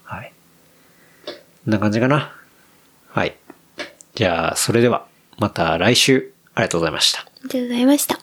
はい。こんな感じかな。はい。じゃあ、それでは、また来週、ありがとうございました。ありがとうございました。